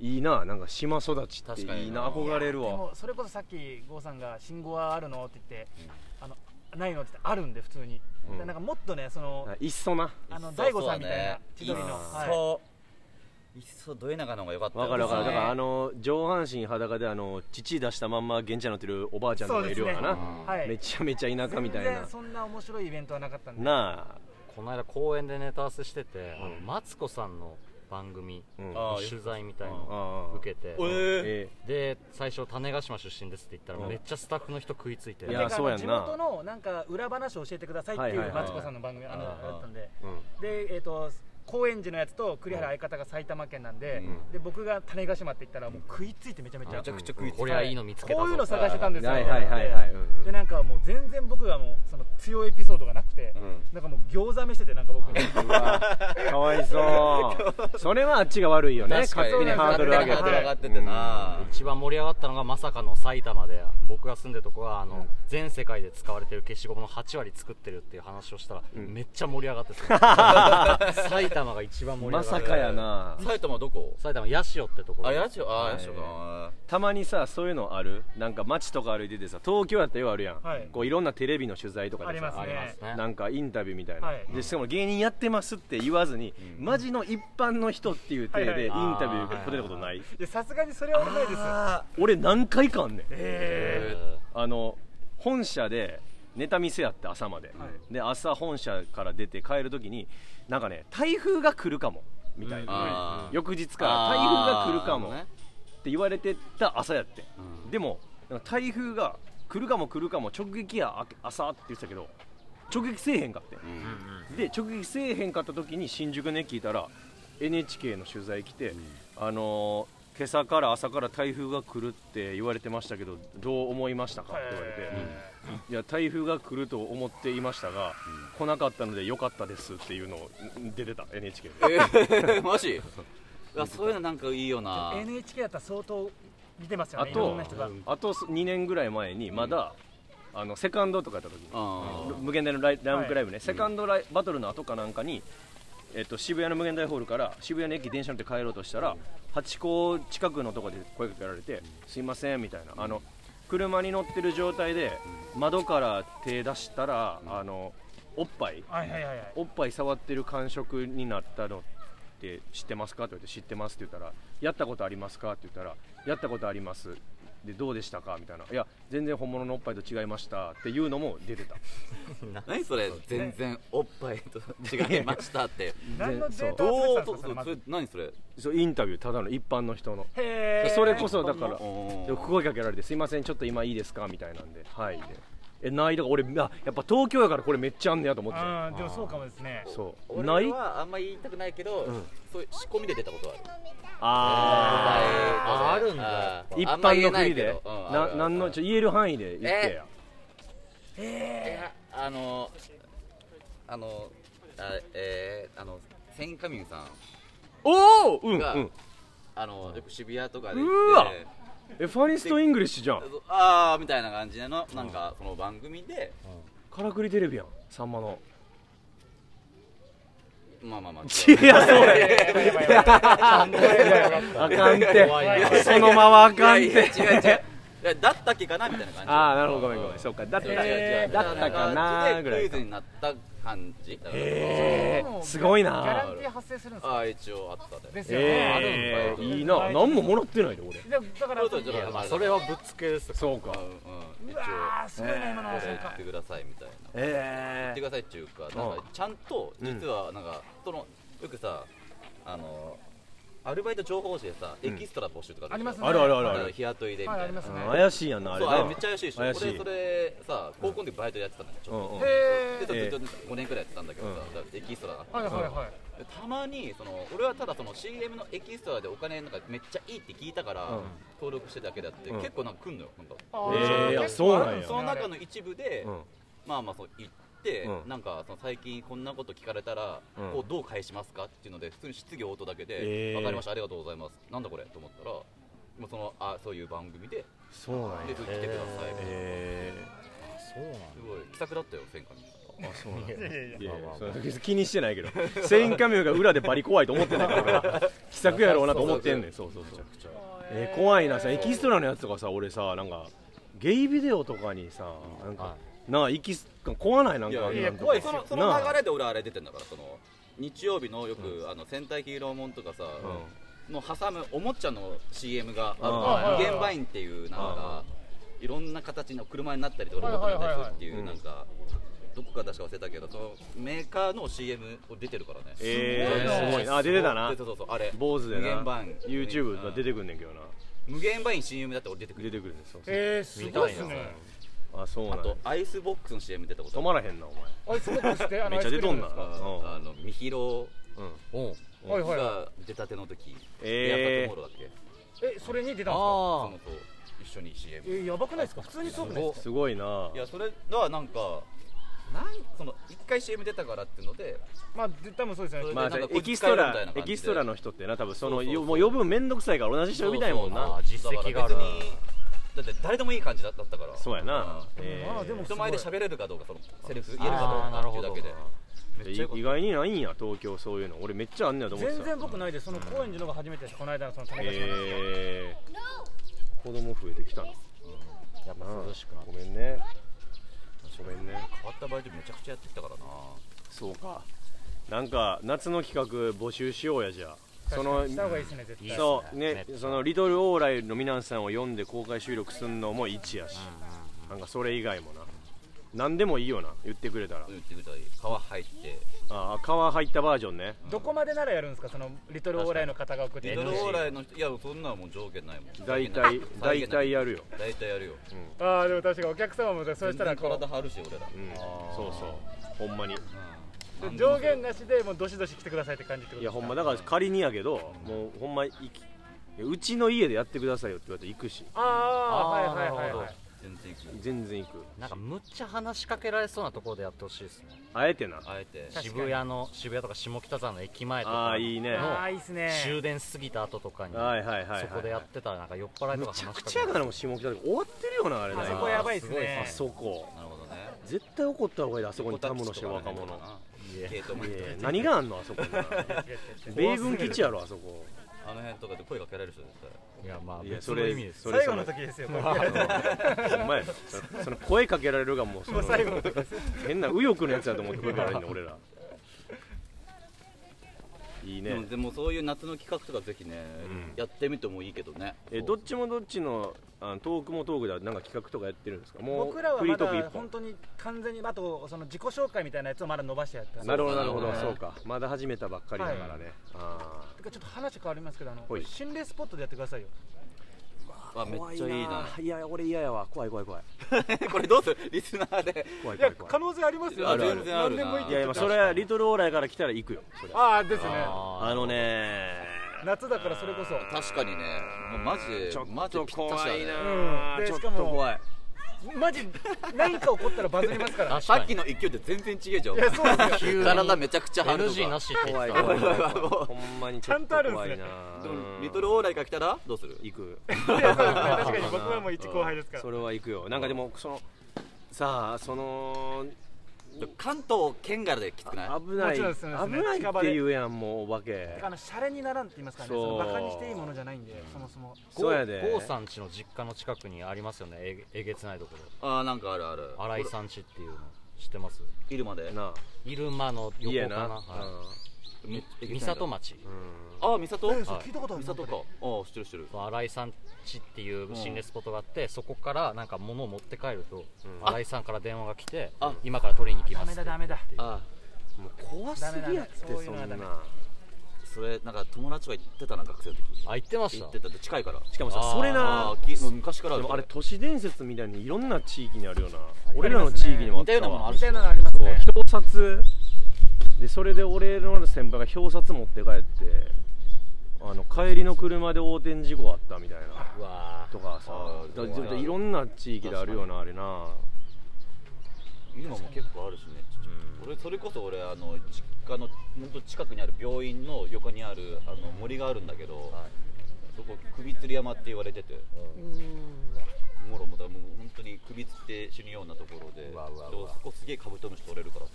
S1: ーいいななんか島育ちって
S2: 確かに
S1: いいな憧れる
S3: で
S1: わ
S3: もそれこそさっき郷さんが「信号はあるの?」って言って「あのないの?」って言ってあるんで普通に、
S1: うん
S3: なんかもっとねその
S1: あいっそな
S3: あの
S2: そう
S3: 大悟さんみたいな千鳥の、は
S2: そういっそどえながの方が良かった
S1: わかるわかるだ
S3: そうですね
S1: からあの上半身裸であの乳出したまんま現地に乗ってるおばあちゃんとかいるわ
S3: そう
S1: な、
S3: ですねい、はい、
S1: めちゃめちゃ田舎みたい
S3: 全
S1: な
S3: 然そんな面白いイベントはなかったんで
S1: なあ、
S4: この間公園でネタ合わせしてて、あの
S1: うん
S4: マツコさんの番組
S1: うん
S2: あ
S4: の
S2: ー
S4: 取材みたい
S1: あ
S4: の
S1: あ
S4: 受けて、
S2: ええ
S1: え
S4: で最初種子島出身ですって言った
S1: う
S4: ら
S1: ん
S4: めっちゃスタッフの人食いついて
S1: い
S3: て
S1: や
S3: か
S1: そうやんな
S3: 地元のなんか裏話を教えてくださいってい
S1: はいはいうはい
S3: マツコさんの番組あの
S2: あー
S3: だったんで
S1: えうん
S3: でえっ、と高円寺のやつと栗原相方が埼玉県なんで、
S1: うん
S3: で僕が種子島って言ったらもう食いついてめちゃめちゃ
S2: めちゃくちゃ食いつい
S4: これはいいの見つけたぞ
S3: こういうの探してたんですよ
S1: はいはいはいはいうんうん
S3: でなんかもう全然僕がもうその強いエピソードがなくて、なんかもう餃子飯しててなんか僕
S1: うわかわいそうそれはあっちが悪いよね
S2: 確か
S1: 勝
S2: に
S1: 手にハードル上げて
S3: 勝手にハードル上が
S2: っててな
S1: うん
S4: 一番盛り上がったのがまさかの埼玉で僕が住んでるとこはあの、全世界で使われてる消しゴムの8割作ってるっていう話をしたら、めっちゃ盛り上がって た埼玉が一番盛り上が
S1: ま
S4: って
S1: さかやな
S2: 埼玉どこ
S4: 埼玉八潮ってところ
S2: あ八潮あ
S1: はい
S2: 八潮か
S1: たまにさそういうのあるなんか街とか歩いててさ東京やったらようあるやん、
S3: はい
S1: こういろんなテレビの取材とか
S3: あ
S1: で
S3: り
S1: さ
S3: ます
S4: ありま
S3: ね
S4: すね
S1: なんかインタビューみたいな、
S3: はい
S1: でしかも芸人やってますって言わずに、マジの一般の人っていう体
S3: は
S1: でイ
S3: い
S1: ン
S4: はい
S1: タビューが出たことない、
S3: でさすがにそれは俺ないですよ
S1: 俺何回かあんねん
S3: え
S1: あの本社でネタ見せやって朝まで、
S3: い
S1: で朝本社から出て帰るときになんかね台風が来るかもみたいな、
S2: うん
S1: 翌日から台
S2: あー
S1: 風が来るかも
S2: なるほどね
S1: って言われてた朝やって、でもなんか台風が来るかも来るかも直撃やあ朝って言ってたけど直撃せえへんかって、で直撃せえへんかった時に新宿ね聞いたら NHK の取材来て、あのー今朝から朝から台風が来るって言われてましたけどどう思いましたかって言われて、いや台風が来ると思っていましたが、来なかったので良かったですっていうのをん出てた NHK で
S2: えー マジうわそういうのなんかいいよな
S3: NHK だったら相当見てますよ
S1: あ
S3: ねいろん
S1: と
S3: な人が、
S1: あと2年ぐらい前にまだ、あのセカンドとかやった時に
S2: あー
S1: 無限大のライランクライブね、セカンドライバトルの後かなんかに、えっと、渋谷の無限大ホールから渋谷の駅電車乗って帰ろうとしたらハチ公近くのとこで声かけられて「すいません」みたいなあの車に乗ってる状態で窓から手出したらあのおっぱい
S3: はいはいはいはい
S1: おっぱい触ってる感触になったのって知ってますかって言われて知ってますって言ったらやったことありますかって言ったらやったことありますでどうでしたかみたいないや全然本物のおっぱいと違いましたっていうのも出てた
S2: 何それ全然おっぱいと違いましたって
S3: 何のデータ
S2: ど
S3: を
S2: うそうそう
S3: 集めてたんですかま
S2: それ
S3: ず
S2: 何それ
S1: そうインタビューただの一般の人の
S3: へー
S1: それこそだから
S2: おー
S1: で声かけられて「すいませんちょっと今いいですか?」みたいなんで「はい」でえないだから俺あやっぱ東京やからこれめっちゃあんねやと思って
S3: うんでもそうかもですね
S1: そうな
S2: 俺
S1: い
S2: はあんまり言いたくないけど、そういう仕込みで出たことはある
S1: あ
S4: ああるんだやっぱ
S1: ー一般の国で
S2: な
S1: ななんのちょ言える範囲で言ってや
S2: あのあのあえー、あのセンカミンさん
S1: おおうんう
S2: が、
S1: ん
S2: あのよく渋谷とかで行
S1: うわ
S2: って
S1: えファニストイングリッシュじゃん
S2: ああみたいな感じのなんかその番組で
S1: からくりテレビやんさんまの
S2: まあまあまあ
S1: いやそ れあかんて
S4: 怖いない
S1: やそのままあかん
S2: いやいや違
S1: て
S2: う違ういやだったっけかなみたいな感じ
S1: ああなるほどごめんごめんそうかだった
S2: 違う違う違う
S1: だったかなぐらい
S2: クイズになった感じ
S1: へ
S3: も
S1: え
S3: う
S1: すごい
S3: ギャラ
S1: な
S3: ンティー発生するんです
S2: あ
S3: か
S2: あ一応あったで
S3: ですよね、
S1: え
S3: あ
S1: え
S3: るんだ
S1: いいな何ももらってないで俺
S3: でもだから
S2: そうそうそう
S3: う
S4: まあそれはぶっつけですよ
S1: そうか
S2: うんうん一応
S3: わーすごいな今の
S2: こ
S3: 話
S2: れ
S3: な
S2: 言
S3: ん
S2: っ
S3: か
S2: てくださいみたいな言っ
S1: え
S2: てくださいっていうかなんかちゃんと実はなんかそのよくさあのアルバイト情報誌でさエキストラ募集とか
S3: ありますね
S1: あるあるある
S2: あ
S1: あ
S2: の
S1: る
S2: 日雇いでみ
S3: はい
S2: た
S3: あ
S2: い
S3: り
S2: な
S3: ます
S2: そ
S3: ね
S1: うん怪しいやんなあ
S2: う
S1: れ
S2: あれ
S1: な
S2: めっちゃ怪しいでしょ
S1: 怪
S2: 俺
S1: しい
S2: それさ高校の時バイトでやってたのよちょっ
S1: うんうん
S2: と
S3: へ
S2: で
S1: ええ
S2: ずっと5年くらいやってたんだけどさだからエキストラ
S3: ーはいはいはい
S2: でたまにその俺はただその CM のエキストラでお金なんかめっちゃいいって聞いたから、
S1: うん
S2: 登録してただけだって、
S1: うん
S2: 結構なんか来んのよなんか
S3: あ
S1: えー
S3: ー
S1: あそうなんや
S2: その中
S3: の
S2: の一部で、
S1: うん
S2: まあまあそう行って、
S1: うん
S2: なんかその最近こんなこと聞かれたら、
S1: うん
S2: こうどう返しますかっていうので普通に質疑応答だけで、わ
S1: えー
S2: かりましたありがとうございますなんだこれと思ったらもうそのあそういう番組で
S1: そうなん
S2: で
S1: や
S2: 来てくださいみたいな、
S1: ええ
S4: そうなんだ
S2: すごい気さくだったよ前回
S1: そうなんだ
S4: いやいやいや
S1: いやいやそれ気にしてないけどセインカミューが裏でバリ怖いと思ってないから俺は気さくやろうなと思ってんねんそうそうそうえー怖いなさエキストラのやつとかさ俺さなんかゲイビデオとかにさなんか、
S4: は
S1: なあエキス怖ないなんか
S2: いやいや
S1: なんとか
S3: 怖いっす
S2: そのそ
S1: な
S2: の
S1: あ
S2: 流れで俺あれ出てんだからその日曜日のよく、あの戦隊ヒーローもんとかさ、の挟むおもちゃの CM がある
S3: あ
S2: の
S3: あ
S2: 無限バインっていうなんかいろんな形の車になったりとかロボットになったりするってい
S1: は
S2: う
S1: いはいはいはい
S2: なんかどこか出しか忘れたけどそのメーカーの CM を出てるからね
S1: え
S3: すごいな
S1: ー、すごいなあ出てたな
S2: そうそうそうあれ
S1: 坊主で
S2: 無
S1: な
S2: 限バイン
S1: YouTube が出て
S2: る
S1: くんねんけどな
S2: 無限バイン CM だって俺出てく
S1: 出
S2: る
S1: てくるねそうそう
S3: えー、すごいっす
S4: 見たいな
S3: ね
S1: あそうな
S2: あ
S1: んだ
S2: とアイスボックスの CM 出たこと
S1: 止
S2: ある
S1: まらへんなお前
S3: あれすごくしてあの
S1: めっちゃ出とんな
S3: アイスクリームですか
S2: あのみひろ
S1: うん
S4: うん
S3: はいはいは
S2: が出たての時
S1: えー
S2: やったところだっけ
S3: いえそれに出たんですか
S2: そ
S4: あ
S2: のと一緒に CM
S3: えー、やばくないですか普通にそうくないですか
S1: すごいない
S2: やそれはなんかなんその一回 CM 出たからっていうので
S3: まあで多分そうですよね
S2: そ
S1: まあ
S2: なんかこっち
S1: エキスト
S2: 帰るみた
S1: ラ
S2: いな感じ
S1: エ
S2: で
S1: キストラの人ってな多分その
S2: そうそうそう
S1: もう呼ぶん面倒くさいから同じ人呼びたいもん
S4: そうそう
S1: な
S4: あ実績がある
S2: だから別にだって誰でもいい感じだったから
S1: そうやな
S2: うん
S1: え
S3: まあ
S1: ー
S3: でも
S2: 人前で喋れるかどうかそのセリフ言えるかどうかっていうだけで
S4: あーなる
S2: めっちゃよか
S1: い
S2: っ
S1: 意外にないんや東京そういうの俺めっちゃあんねやと思ってた
S3: 全然僕ないですその高円寺のが初めてですこの間のその種子島の
S1: えー、子供増えてきたな
S4: やっぱ涼しくなって
S1: ごめんねごめんね
S2: た変わったバイトめちゃくちゃやってきたからな
S1: そうかなんか夏の企画募集しようやじゃあその
S3: した方がいいですね絶対
S1: そう
S4: いい
S1: ね
S4: っすねめっちゃ
S1: そのリトルオーライの皆さんを読んで公開収録すんのも一やし、なんかそれ以外もな何でもいいよな言ってくれたら
S2: 言ってみたり皮入って
S1: ああ皮入ったバージョンね
S3: どこまでならやるんですかそのリトルオーライの方が送って
S2: リ
S3: き
S2: ト
S3: た
S2: ルオー
S3: イ
S2: ライの人いやそんなもう条件ないもん
S1: 大体
S2: 再
S1: 大
S2: 現ない
S1: 体やるよ、
S2: 大体やるよ
S3: ああでも確かにお客様もそう
S2: 全
S3: したら
S2: 然
S3: こ
S2: 体張るし俺ら
S1: うん、そうそうほんまに
S2: うん
S3: う上限なしでもうどしどし来てくださいって感じってこと
S1: い
S3: で
S1: や
S3: すか
S1: ほんまだから仮にやけどもうほんまいきいやうちの家でやってくださいよって言われて行くし
S3: ああはいはい
S4: あーな
S3: は
S4: る
S3: い
S4: ほ
S3: は
S4: ど
S3: い
S2: 全然いく
S1: 全然行く
S4: なんかむっちゃ話しかけられそうなところでやってほしいですね
S1: あえてな
S2: あえて
S3: 確かに
S4: 渋谷の渋谷とか下北沢の駅前とか
S1: ああいいね
S3: あ
S1: は
S3: あいいっすね
S4: 終電過ぎた後とかに、
S1: いはいはい、はい、
S4: そこでやってたらなんか酔っ払い
S1: め
S4: とか話
S1: ちゃ
S4: しか
S1: く
S4: け
S1: ちゃや
S4: られ
S1: からなもう下北で終わってるよなあれな
S3: あそこやばいっす
S4: すごい
S3: ね
S1: あそこ
S2: なるほどね
S1: 絶対怒った方がいいであそこにたむろして若者
S4: いや
S2: ゲートマン
S1: いやいや何があんのあそこな米軍基地やろあそこ
S2: あの辺とかで声かけられる人絶対
S4: いやまあ
S1: いや
S4: 別
S1: そ
S4: の
S1: れ
S4: 意味です
S1: それ
S3: 最後の時ですよこれ
S1: それほんまやそその声かけられるがもうそ
S3: もう
S1: の
S3: 最後の時です
S1: 変な右翼のやつだと思ってくれたらいいの俺らいい
S2: でも
S1: ね
S2: でもそういう夏の企画とかぜひねやってみてもいいけどね
S1: えどっちもどっちのあのトークもトークではなんか企画とかやってるんですかもう
S3: 僕らは
S1: フリ
S3: ま
S1: ートーク
S3: だ
S1: 一
S3: 本
S1: 本
S3: 当に完全にあとその自己紹介みたいなやつをまだ伸ばしてやってます
S1: なるほどなるほ
S2: そう
S1: ど
S2: だね
S1: そうかまだ始めたばっかりだからね、あ
S3: てかちょっと話変わりますけどあの
S1: ほい
S3: 心霊スポットでやってくださいよ
S2: あ
S1: あ
S2: めっちゃいいな
S1: いや俺嫌やわ怖い怖い怖い
S2: これどうするリスナーで
S1: 怖い
S3: いや
S1: 怖い怖い
S3: 可能性ありますよ
S2: あ
S1: るある
S3: 全然あるな何でもいいっ
S1: い
S3: て
S1: やい
S3: 言
S1: や
S3: っ
S1: まあ
S3: て
S1: それはリトルオーライから来たら行くよそれ
S3: た
S1: は
S3: ああですね
S4: あ
S1: あのね
S3: 夏だからそれこそ
S2: 確かにねもうマジで
S1: ちょ
S2: マ
S1: っ
S2: ジ
S1: と
S2: でぴったし
S1: 怖
S2: だ
S1: い
S2: ね
S1: な、
S3: うんで
S1: ちょっ
S3: し
S1: と
S3: かも
S1: 怖い
S3: マジ何か起こったらバズります から
S4: 確
S2: さ
S4: か
S2: っき
S4: に
S2: の勢いで全然違えじゃん
S3: いやそうですよ
S4: 急に
S2: 体めちゃくちゃ張ると
S4: NG な
S2: か
S4: しって言
S1: 怖
S4: っ
S1: い
S4: てた
S1: 怖い怖い
S2: やばいやばい
S1: ほんまにちょっと怖い
S3: ち
S1: な
S2: でもリ
S1: ト
S2: トルオーライが来たらどうする
S1: 行く
S3: いやそうですね確かに僕はもう一後輩ですから
S1: それは行くよなんかでもそのさあその
S2: 関東圏外できつくない
S1: 危ない、
S3: もちろんそうですね
S1: 危ないって言うやんもうお化け
S3: あのシャレにならんって言いますからね
S1: そう
S3: そのバカにしていいものじゃないんでそもそも
S1: そうやで
S4: 郷さん家の実家の近くにありますよねええげつないところ
S2: あーなんかあるある
S4: 新井さん家っていうの知ってます
S2: いるまで
S1: なあ
S4: 入間の横
S1: 家
S4: か
S1: な
S4: な、は
S1: う
S4: いみ三里町
S2: あ三里
S3: そう
S2: はい
S3: 聞いたことある
S2: 三里かああ知ってる知ってる
S4: 新井さん家っていう心霊スポットがあって、そこからなんか物を持って帰ると、
S1: ん
S4: 新井さんから電話が来て
S2: あ
S4: 今から取りに来
S3: ダ
S4: ま
S3: メ
S4: す
S3: だダメだ
S2: あ
S1: んもう怖すぎやって
S3: ダメダメそういう
S1: そ
S3: のはダ
S1: ん
S3: メ
S1: な
S2: それなんか友達が言ってたな学生の時
S4: あ行ってまし
S2: 言
S4: た
S2: ってたって近いから
S1: しかもさ
S4: あー
S1: それ
S2: あ
S1: な
S2: ーきもう昔からあ
S1: で
S2: る
S1: もあれ
S2: こ
S1: 都市伝説みたいにいろんな地域にあるよな
S4: りますね
S1: 俺らの地域にもあ
S2: 似
S1: ったた
S2: ようなものあ
S1: わ
S2: る
S3: み
S2: した
S3: いなのあります
S1: そう
S3: ね
S1: 表札でそれで俺の先輩が表札持って帰ってあの帰りの車で横転事故あったみたいな
S4: うわー
S1: とかさ
S2: あー
S1: だ
S2: そうなんだ
S1: いろんな地域であるよなあれな
S2: 今も結構あるしね俺それこそ俺あの実家の本当近くにある病院の横にあるあの森があるんだけど、そこ首吊り山って言われててもろもだもう本当に首つって死ぬようなところで
S4: うわうわうわ
S2: でもそこすげえカブトムシ取れるからさ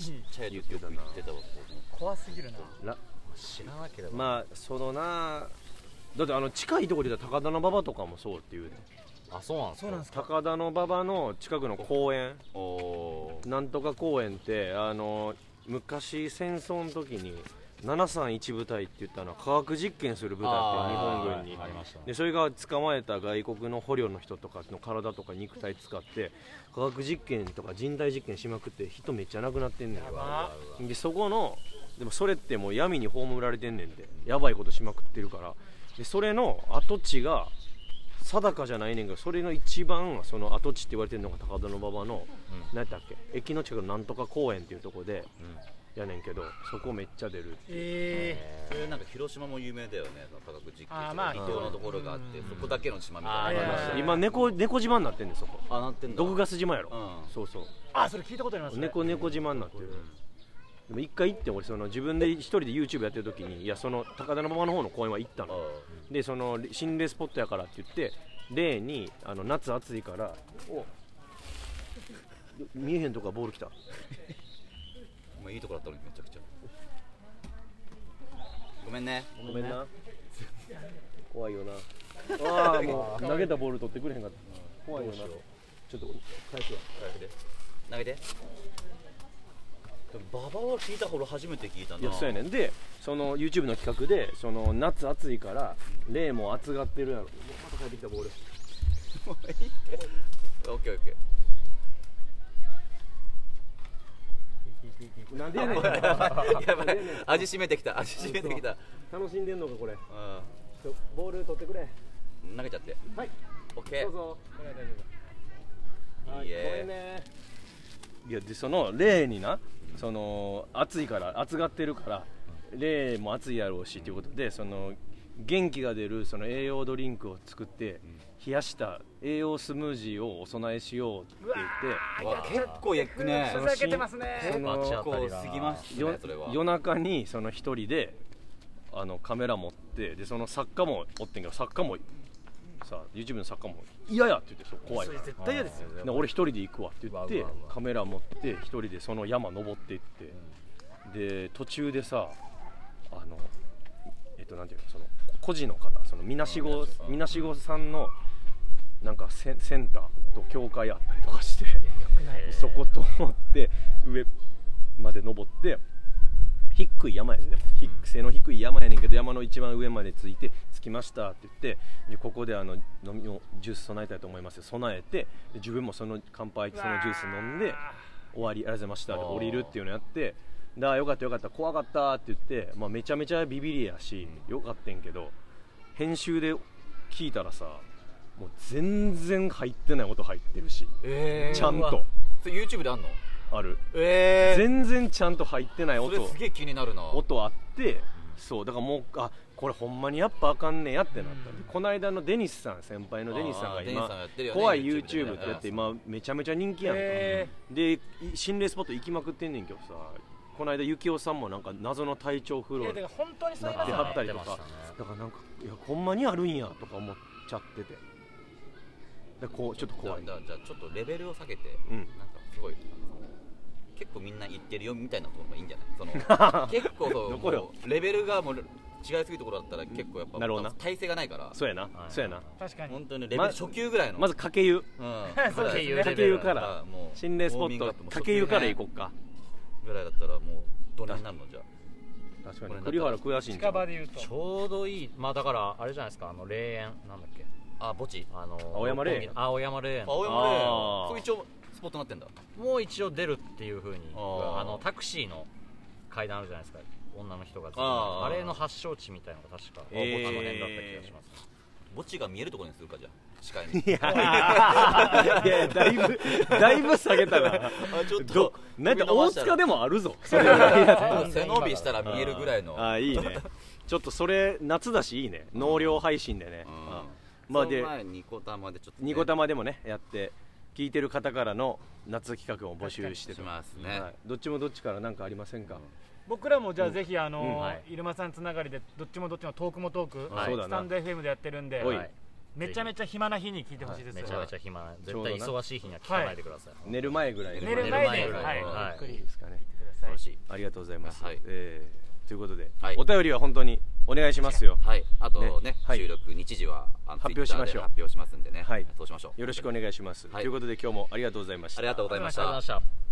S2: ちっちゃい時よく行ってたわそこ
S3: 怖すぎるな
S1: ら
S4: 知らなければ、
S1: まあそのなだってあの近いところで言ったら高田馬場とかもそうっていうね
S4: あそうなんです
S3: そ
S4: か
S3: うなんですか
S1: 高田馬場の近くの公園
S2: おー
S1: なんとか公園ってあの昔戦争の時に731部隊って言ったのは科学実験する部隊って日本軍に
S4: ありましたね
S1: でそれが捕まえた外国の捕虜の人とかの体とか肉体使って科学実験とか人体実験しまくって人めっちゃ亡くなってんねん
S3: やば
S1: でそこのでもそれってもう闇に葬られてんねんでやばいことしまくってるからでそれの跡地が定かじゃないねんけどそれの一番その跡地って言われてるのが高田馬場の、何やったっけ駅の近くのなんとか公園っていうとこで、やねんけどそこめっちゃ出る
S3: え
S2: それなんか広島も有名だよね科学実験と
S3: あー
S2: か
S3: まあ
S2: 離島のところがあってそこだけの島み
S4: あ
S2: たい
S4: り
S2: な
S4: ま
S2: のがある
S4: したね
S1: 今猫猫島になってんねんそこ
S4: あなってんだ
S1: 毒ガス島やろ、
S2: うん
S1: そうそう
S3: ー、あそれ聞いたことありますね
S1: 猫猫島になってる、でも一回行って俺その自分で一人で YouTube やってる時にいやその高田馬場の方の公園は行ったの、でその心霊スポットやからって言って例にあの夏暑いからお見えへんとこからボール来た
S2: お前いいとこだったのにめちゃくちゃごめんね
S1: ごめんな怖いよなああもう投げたボール取ってくれへんかった怖いよなちょっと返すわ
S2: 早くで投げてでもババは聞いた頃初めて聞いたない
S1: やそうやねんでその YouTube の企画でその夏暑いから霊も暑がってるやろまた帰ってきたボール
S2: オッケーオッケー
S1: なんでや ねん
S2: やばい 味しめてきた味しめてきた
S1: 楽しんでんのかこれ
S2: う
S1: ちょボール取ってくれ
S2: ん投げちゃって
S1: はい
S2: オッケ
S1: どう
S2: ー
S1: ぞ
S2: いいえ
S1: ねいやでその例になその暑いから暑がってるから例も暑いやろうしということでその元気が出るその栄養ドリンクを作って冷やした栄養スムージーをお供えしようって言
S2: うわ結構やっくね
S1: その
S3: ふざけてますね
S1: その
S4: バチ
S2: 結
S4: 当た
S2: 構
S4: りだな
S2: 過ぎます
S1: ってよ
S2: ねそれは
S1: 夜中にその一人であのカメラ持ってでその作家もおってんけど作家もさ YouTube の作家も「嫌や」って言ってそう怖い
S3: そ
S1: か
S3: れ
S1: ら
S3: 絶対嫌ですよ
S1: で俺一人で行くわって言って
S4: うわうわうわ
S1: カメラ持って一人でその山登っていって、で途中でさあのえっとなんていうのその個人の方そのみなしごみなしごさんのなんかセンセンターと教会あったりとかしてそこと思って上まで登って低い山やねでもひ背の低い山やねんけど山の一番上まで着いて着きましたって言ってでここであの飲みをジュース備えたいと思います備えてで自分もその乾杯そのジュース飲んで終わりありがとうございましたで降りるっていうのやってだあよかったよかった怖かったって言って、まあ、めちゃめちゃビビりやしよかったんけど編集で聞いたらさもう全然入ってない音入ってるし
S2: え
S1: ちゃん
S2: うわ
S1: と
S2: それ YouTube であんの
S1: ある
S2: ええ
S1: 全然ちゃんと入ってない
S2: そ
S1: 音
S2: れすげえ気になるな
S1: 音あってそうだからもうあこれほんまにやっぱあかんねやってなった、でこの間のデニスさん先輩のデニスさん
S2: あ
S1: が
S2: ーデニス
S1: 今
S2: さんやってるよね
S1: 怖い
S2: YouTube で
S1: YouTube ってやって今めちゃめちゃ人気やんか、
S3: へ
S1: でい心霊スポット行きまくってんねんけどさこの間幸男さんもなんか謎の体調不
S3: い
S1: 良
S3: やだ
S1: で
S3: から本当にそう
S1: な
S3: 言いま
S1: っては
S3: すよね
S1: ったりと
S4: な
S1: か、
S4: ってましたね
S1: だからなんかいやほんまにあるんやとか思っちゃっててでこうちょっと怖い
S2: じゃあじゃあちょっとレベルを下げて
S1: うん
S2: なんかすごい結構みんな言ってるよみたいなところがいいんじ ゃないその結構そう
S1: どこよ
S2: もうレベルがもう違いすぎるところだったら結構やっぱ
S1: なるほどな
S2: 体勢がないから
S1: そうやな、そうやな
S3: 確かに
S2: 本当にレベル初級ぐらいの
S1: まずかけ湯
S2: うん
S3: そうですね
S4: レベル
S1: かけ湯か
S2: あ
S1: ら
S2: ーもう
S1: 心霊スポ
S2: ウォーミ
S1: ッ
S2: ングア
S1: ト
S2: ップも
S1: かけ湯から行こうか
S2: ぐらいだったらもうどれになるのじゃあ
S1: 確か
S2: これ
S1: に
S2: なんか
S1: 栗原悔しいんじゃ
S3: 近
S1: ん あ
S3: 場で言うと
S4: ちょうどいいまあだからあれじゃないですかあの霊園なんだっけ
S2: あ墓地
S4: あの
S1: 青山霊園
S4: 青山霊園
S2: 青山
S1: あー
S2: でそう一応スポットになってんだ
S4: もう一応出るっていうふうに
S2: あー
S4: あのタクシーの階段あるじゃないですか女の人がずっと
S2: あー
S4: あれの発祥地みたいなのが確かあ
S1: えー
S4: の辺だった気がします
S2: 墓地が見えるところにするかじゃあ視界 に
S1: いやいやだいぶだいぶ下げたな
S2: あちょっ
S1: ど
S2: と
S1: なんか大塚で
S2: も
S1: もある ぞそれは
S2: 背伸びしたら見えるぐらいの
S1: あーいいねちょっとそれ夏だしいいね納涼配信でね、
S2: うん
S1: あまあ
S2: そ
S1: で
S2: の前にニコタマでちょっとね
S1: ニコ玉でもねやって聞いてる方からの夏企画を募集して
S2: し
S1: と
S2: ますね
S1: はい、どっちもどっちから何かありませんか、
S3: 僕らもじゃあぜひあのー
S1: うんはい
S3: 入間さんつながりでどっちもどっちのトークもトーク、
S1: はいそうだ
S3: ス
S1: な
S3: タンド FM でやってるんで
S1: おい
S3: はいめちゃめちゃ暇な日に聞いてほしいです
S4: めちゃめちゃ暇
S1: ち
S4: な
S1: ょ
S4: 絶
S1: うど
S4: 対
S1: な
S4: 忙しい日には聞かないでください、
S1: 寝る前ぐらい
S3: 寝
S5: 寝
S3: る前で
S5: る前ぐ
S3: は
S5: ら
S3: い
S5: い
S3: ゆっく
S1: い
S3: り
S1: いですかね
S3: 聞いてくだ
S2: 素
S3: さ
S2: 晴
S3: い
S2: らしい
S1: ありがとうございます、
S2: はい
S1: えーということで、
S2: はい
S1: お便りは本当にお願いしますよ、
S2: はいあとね
S1: ねはい
S2: 収録日時はあの
S1: 発表しましょう
S2: Twitter で発表しますんでね
S1: はい
S2: そうしましょう
S1: よろしくお願いします、
S2: はい
S1: ということで今日もありがとうございまし
S2: あ
S1: た
S2: りがとうございまし
S3: ありがとうござい
S2: た
S3: ま
S4: ありがとうございました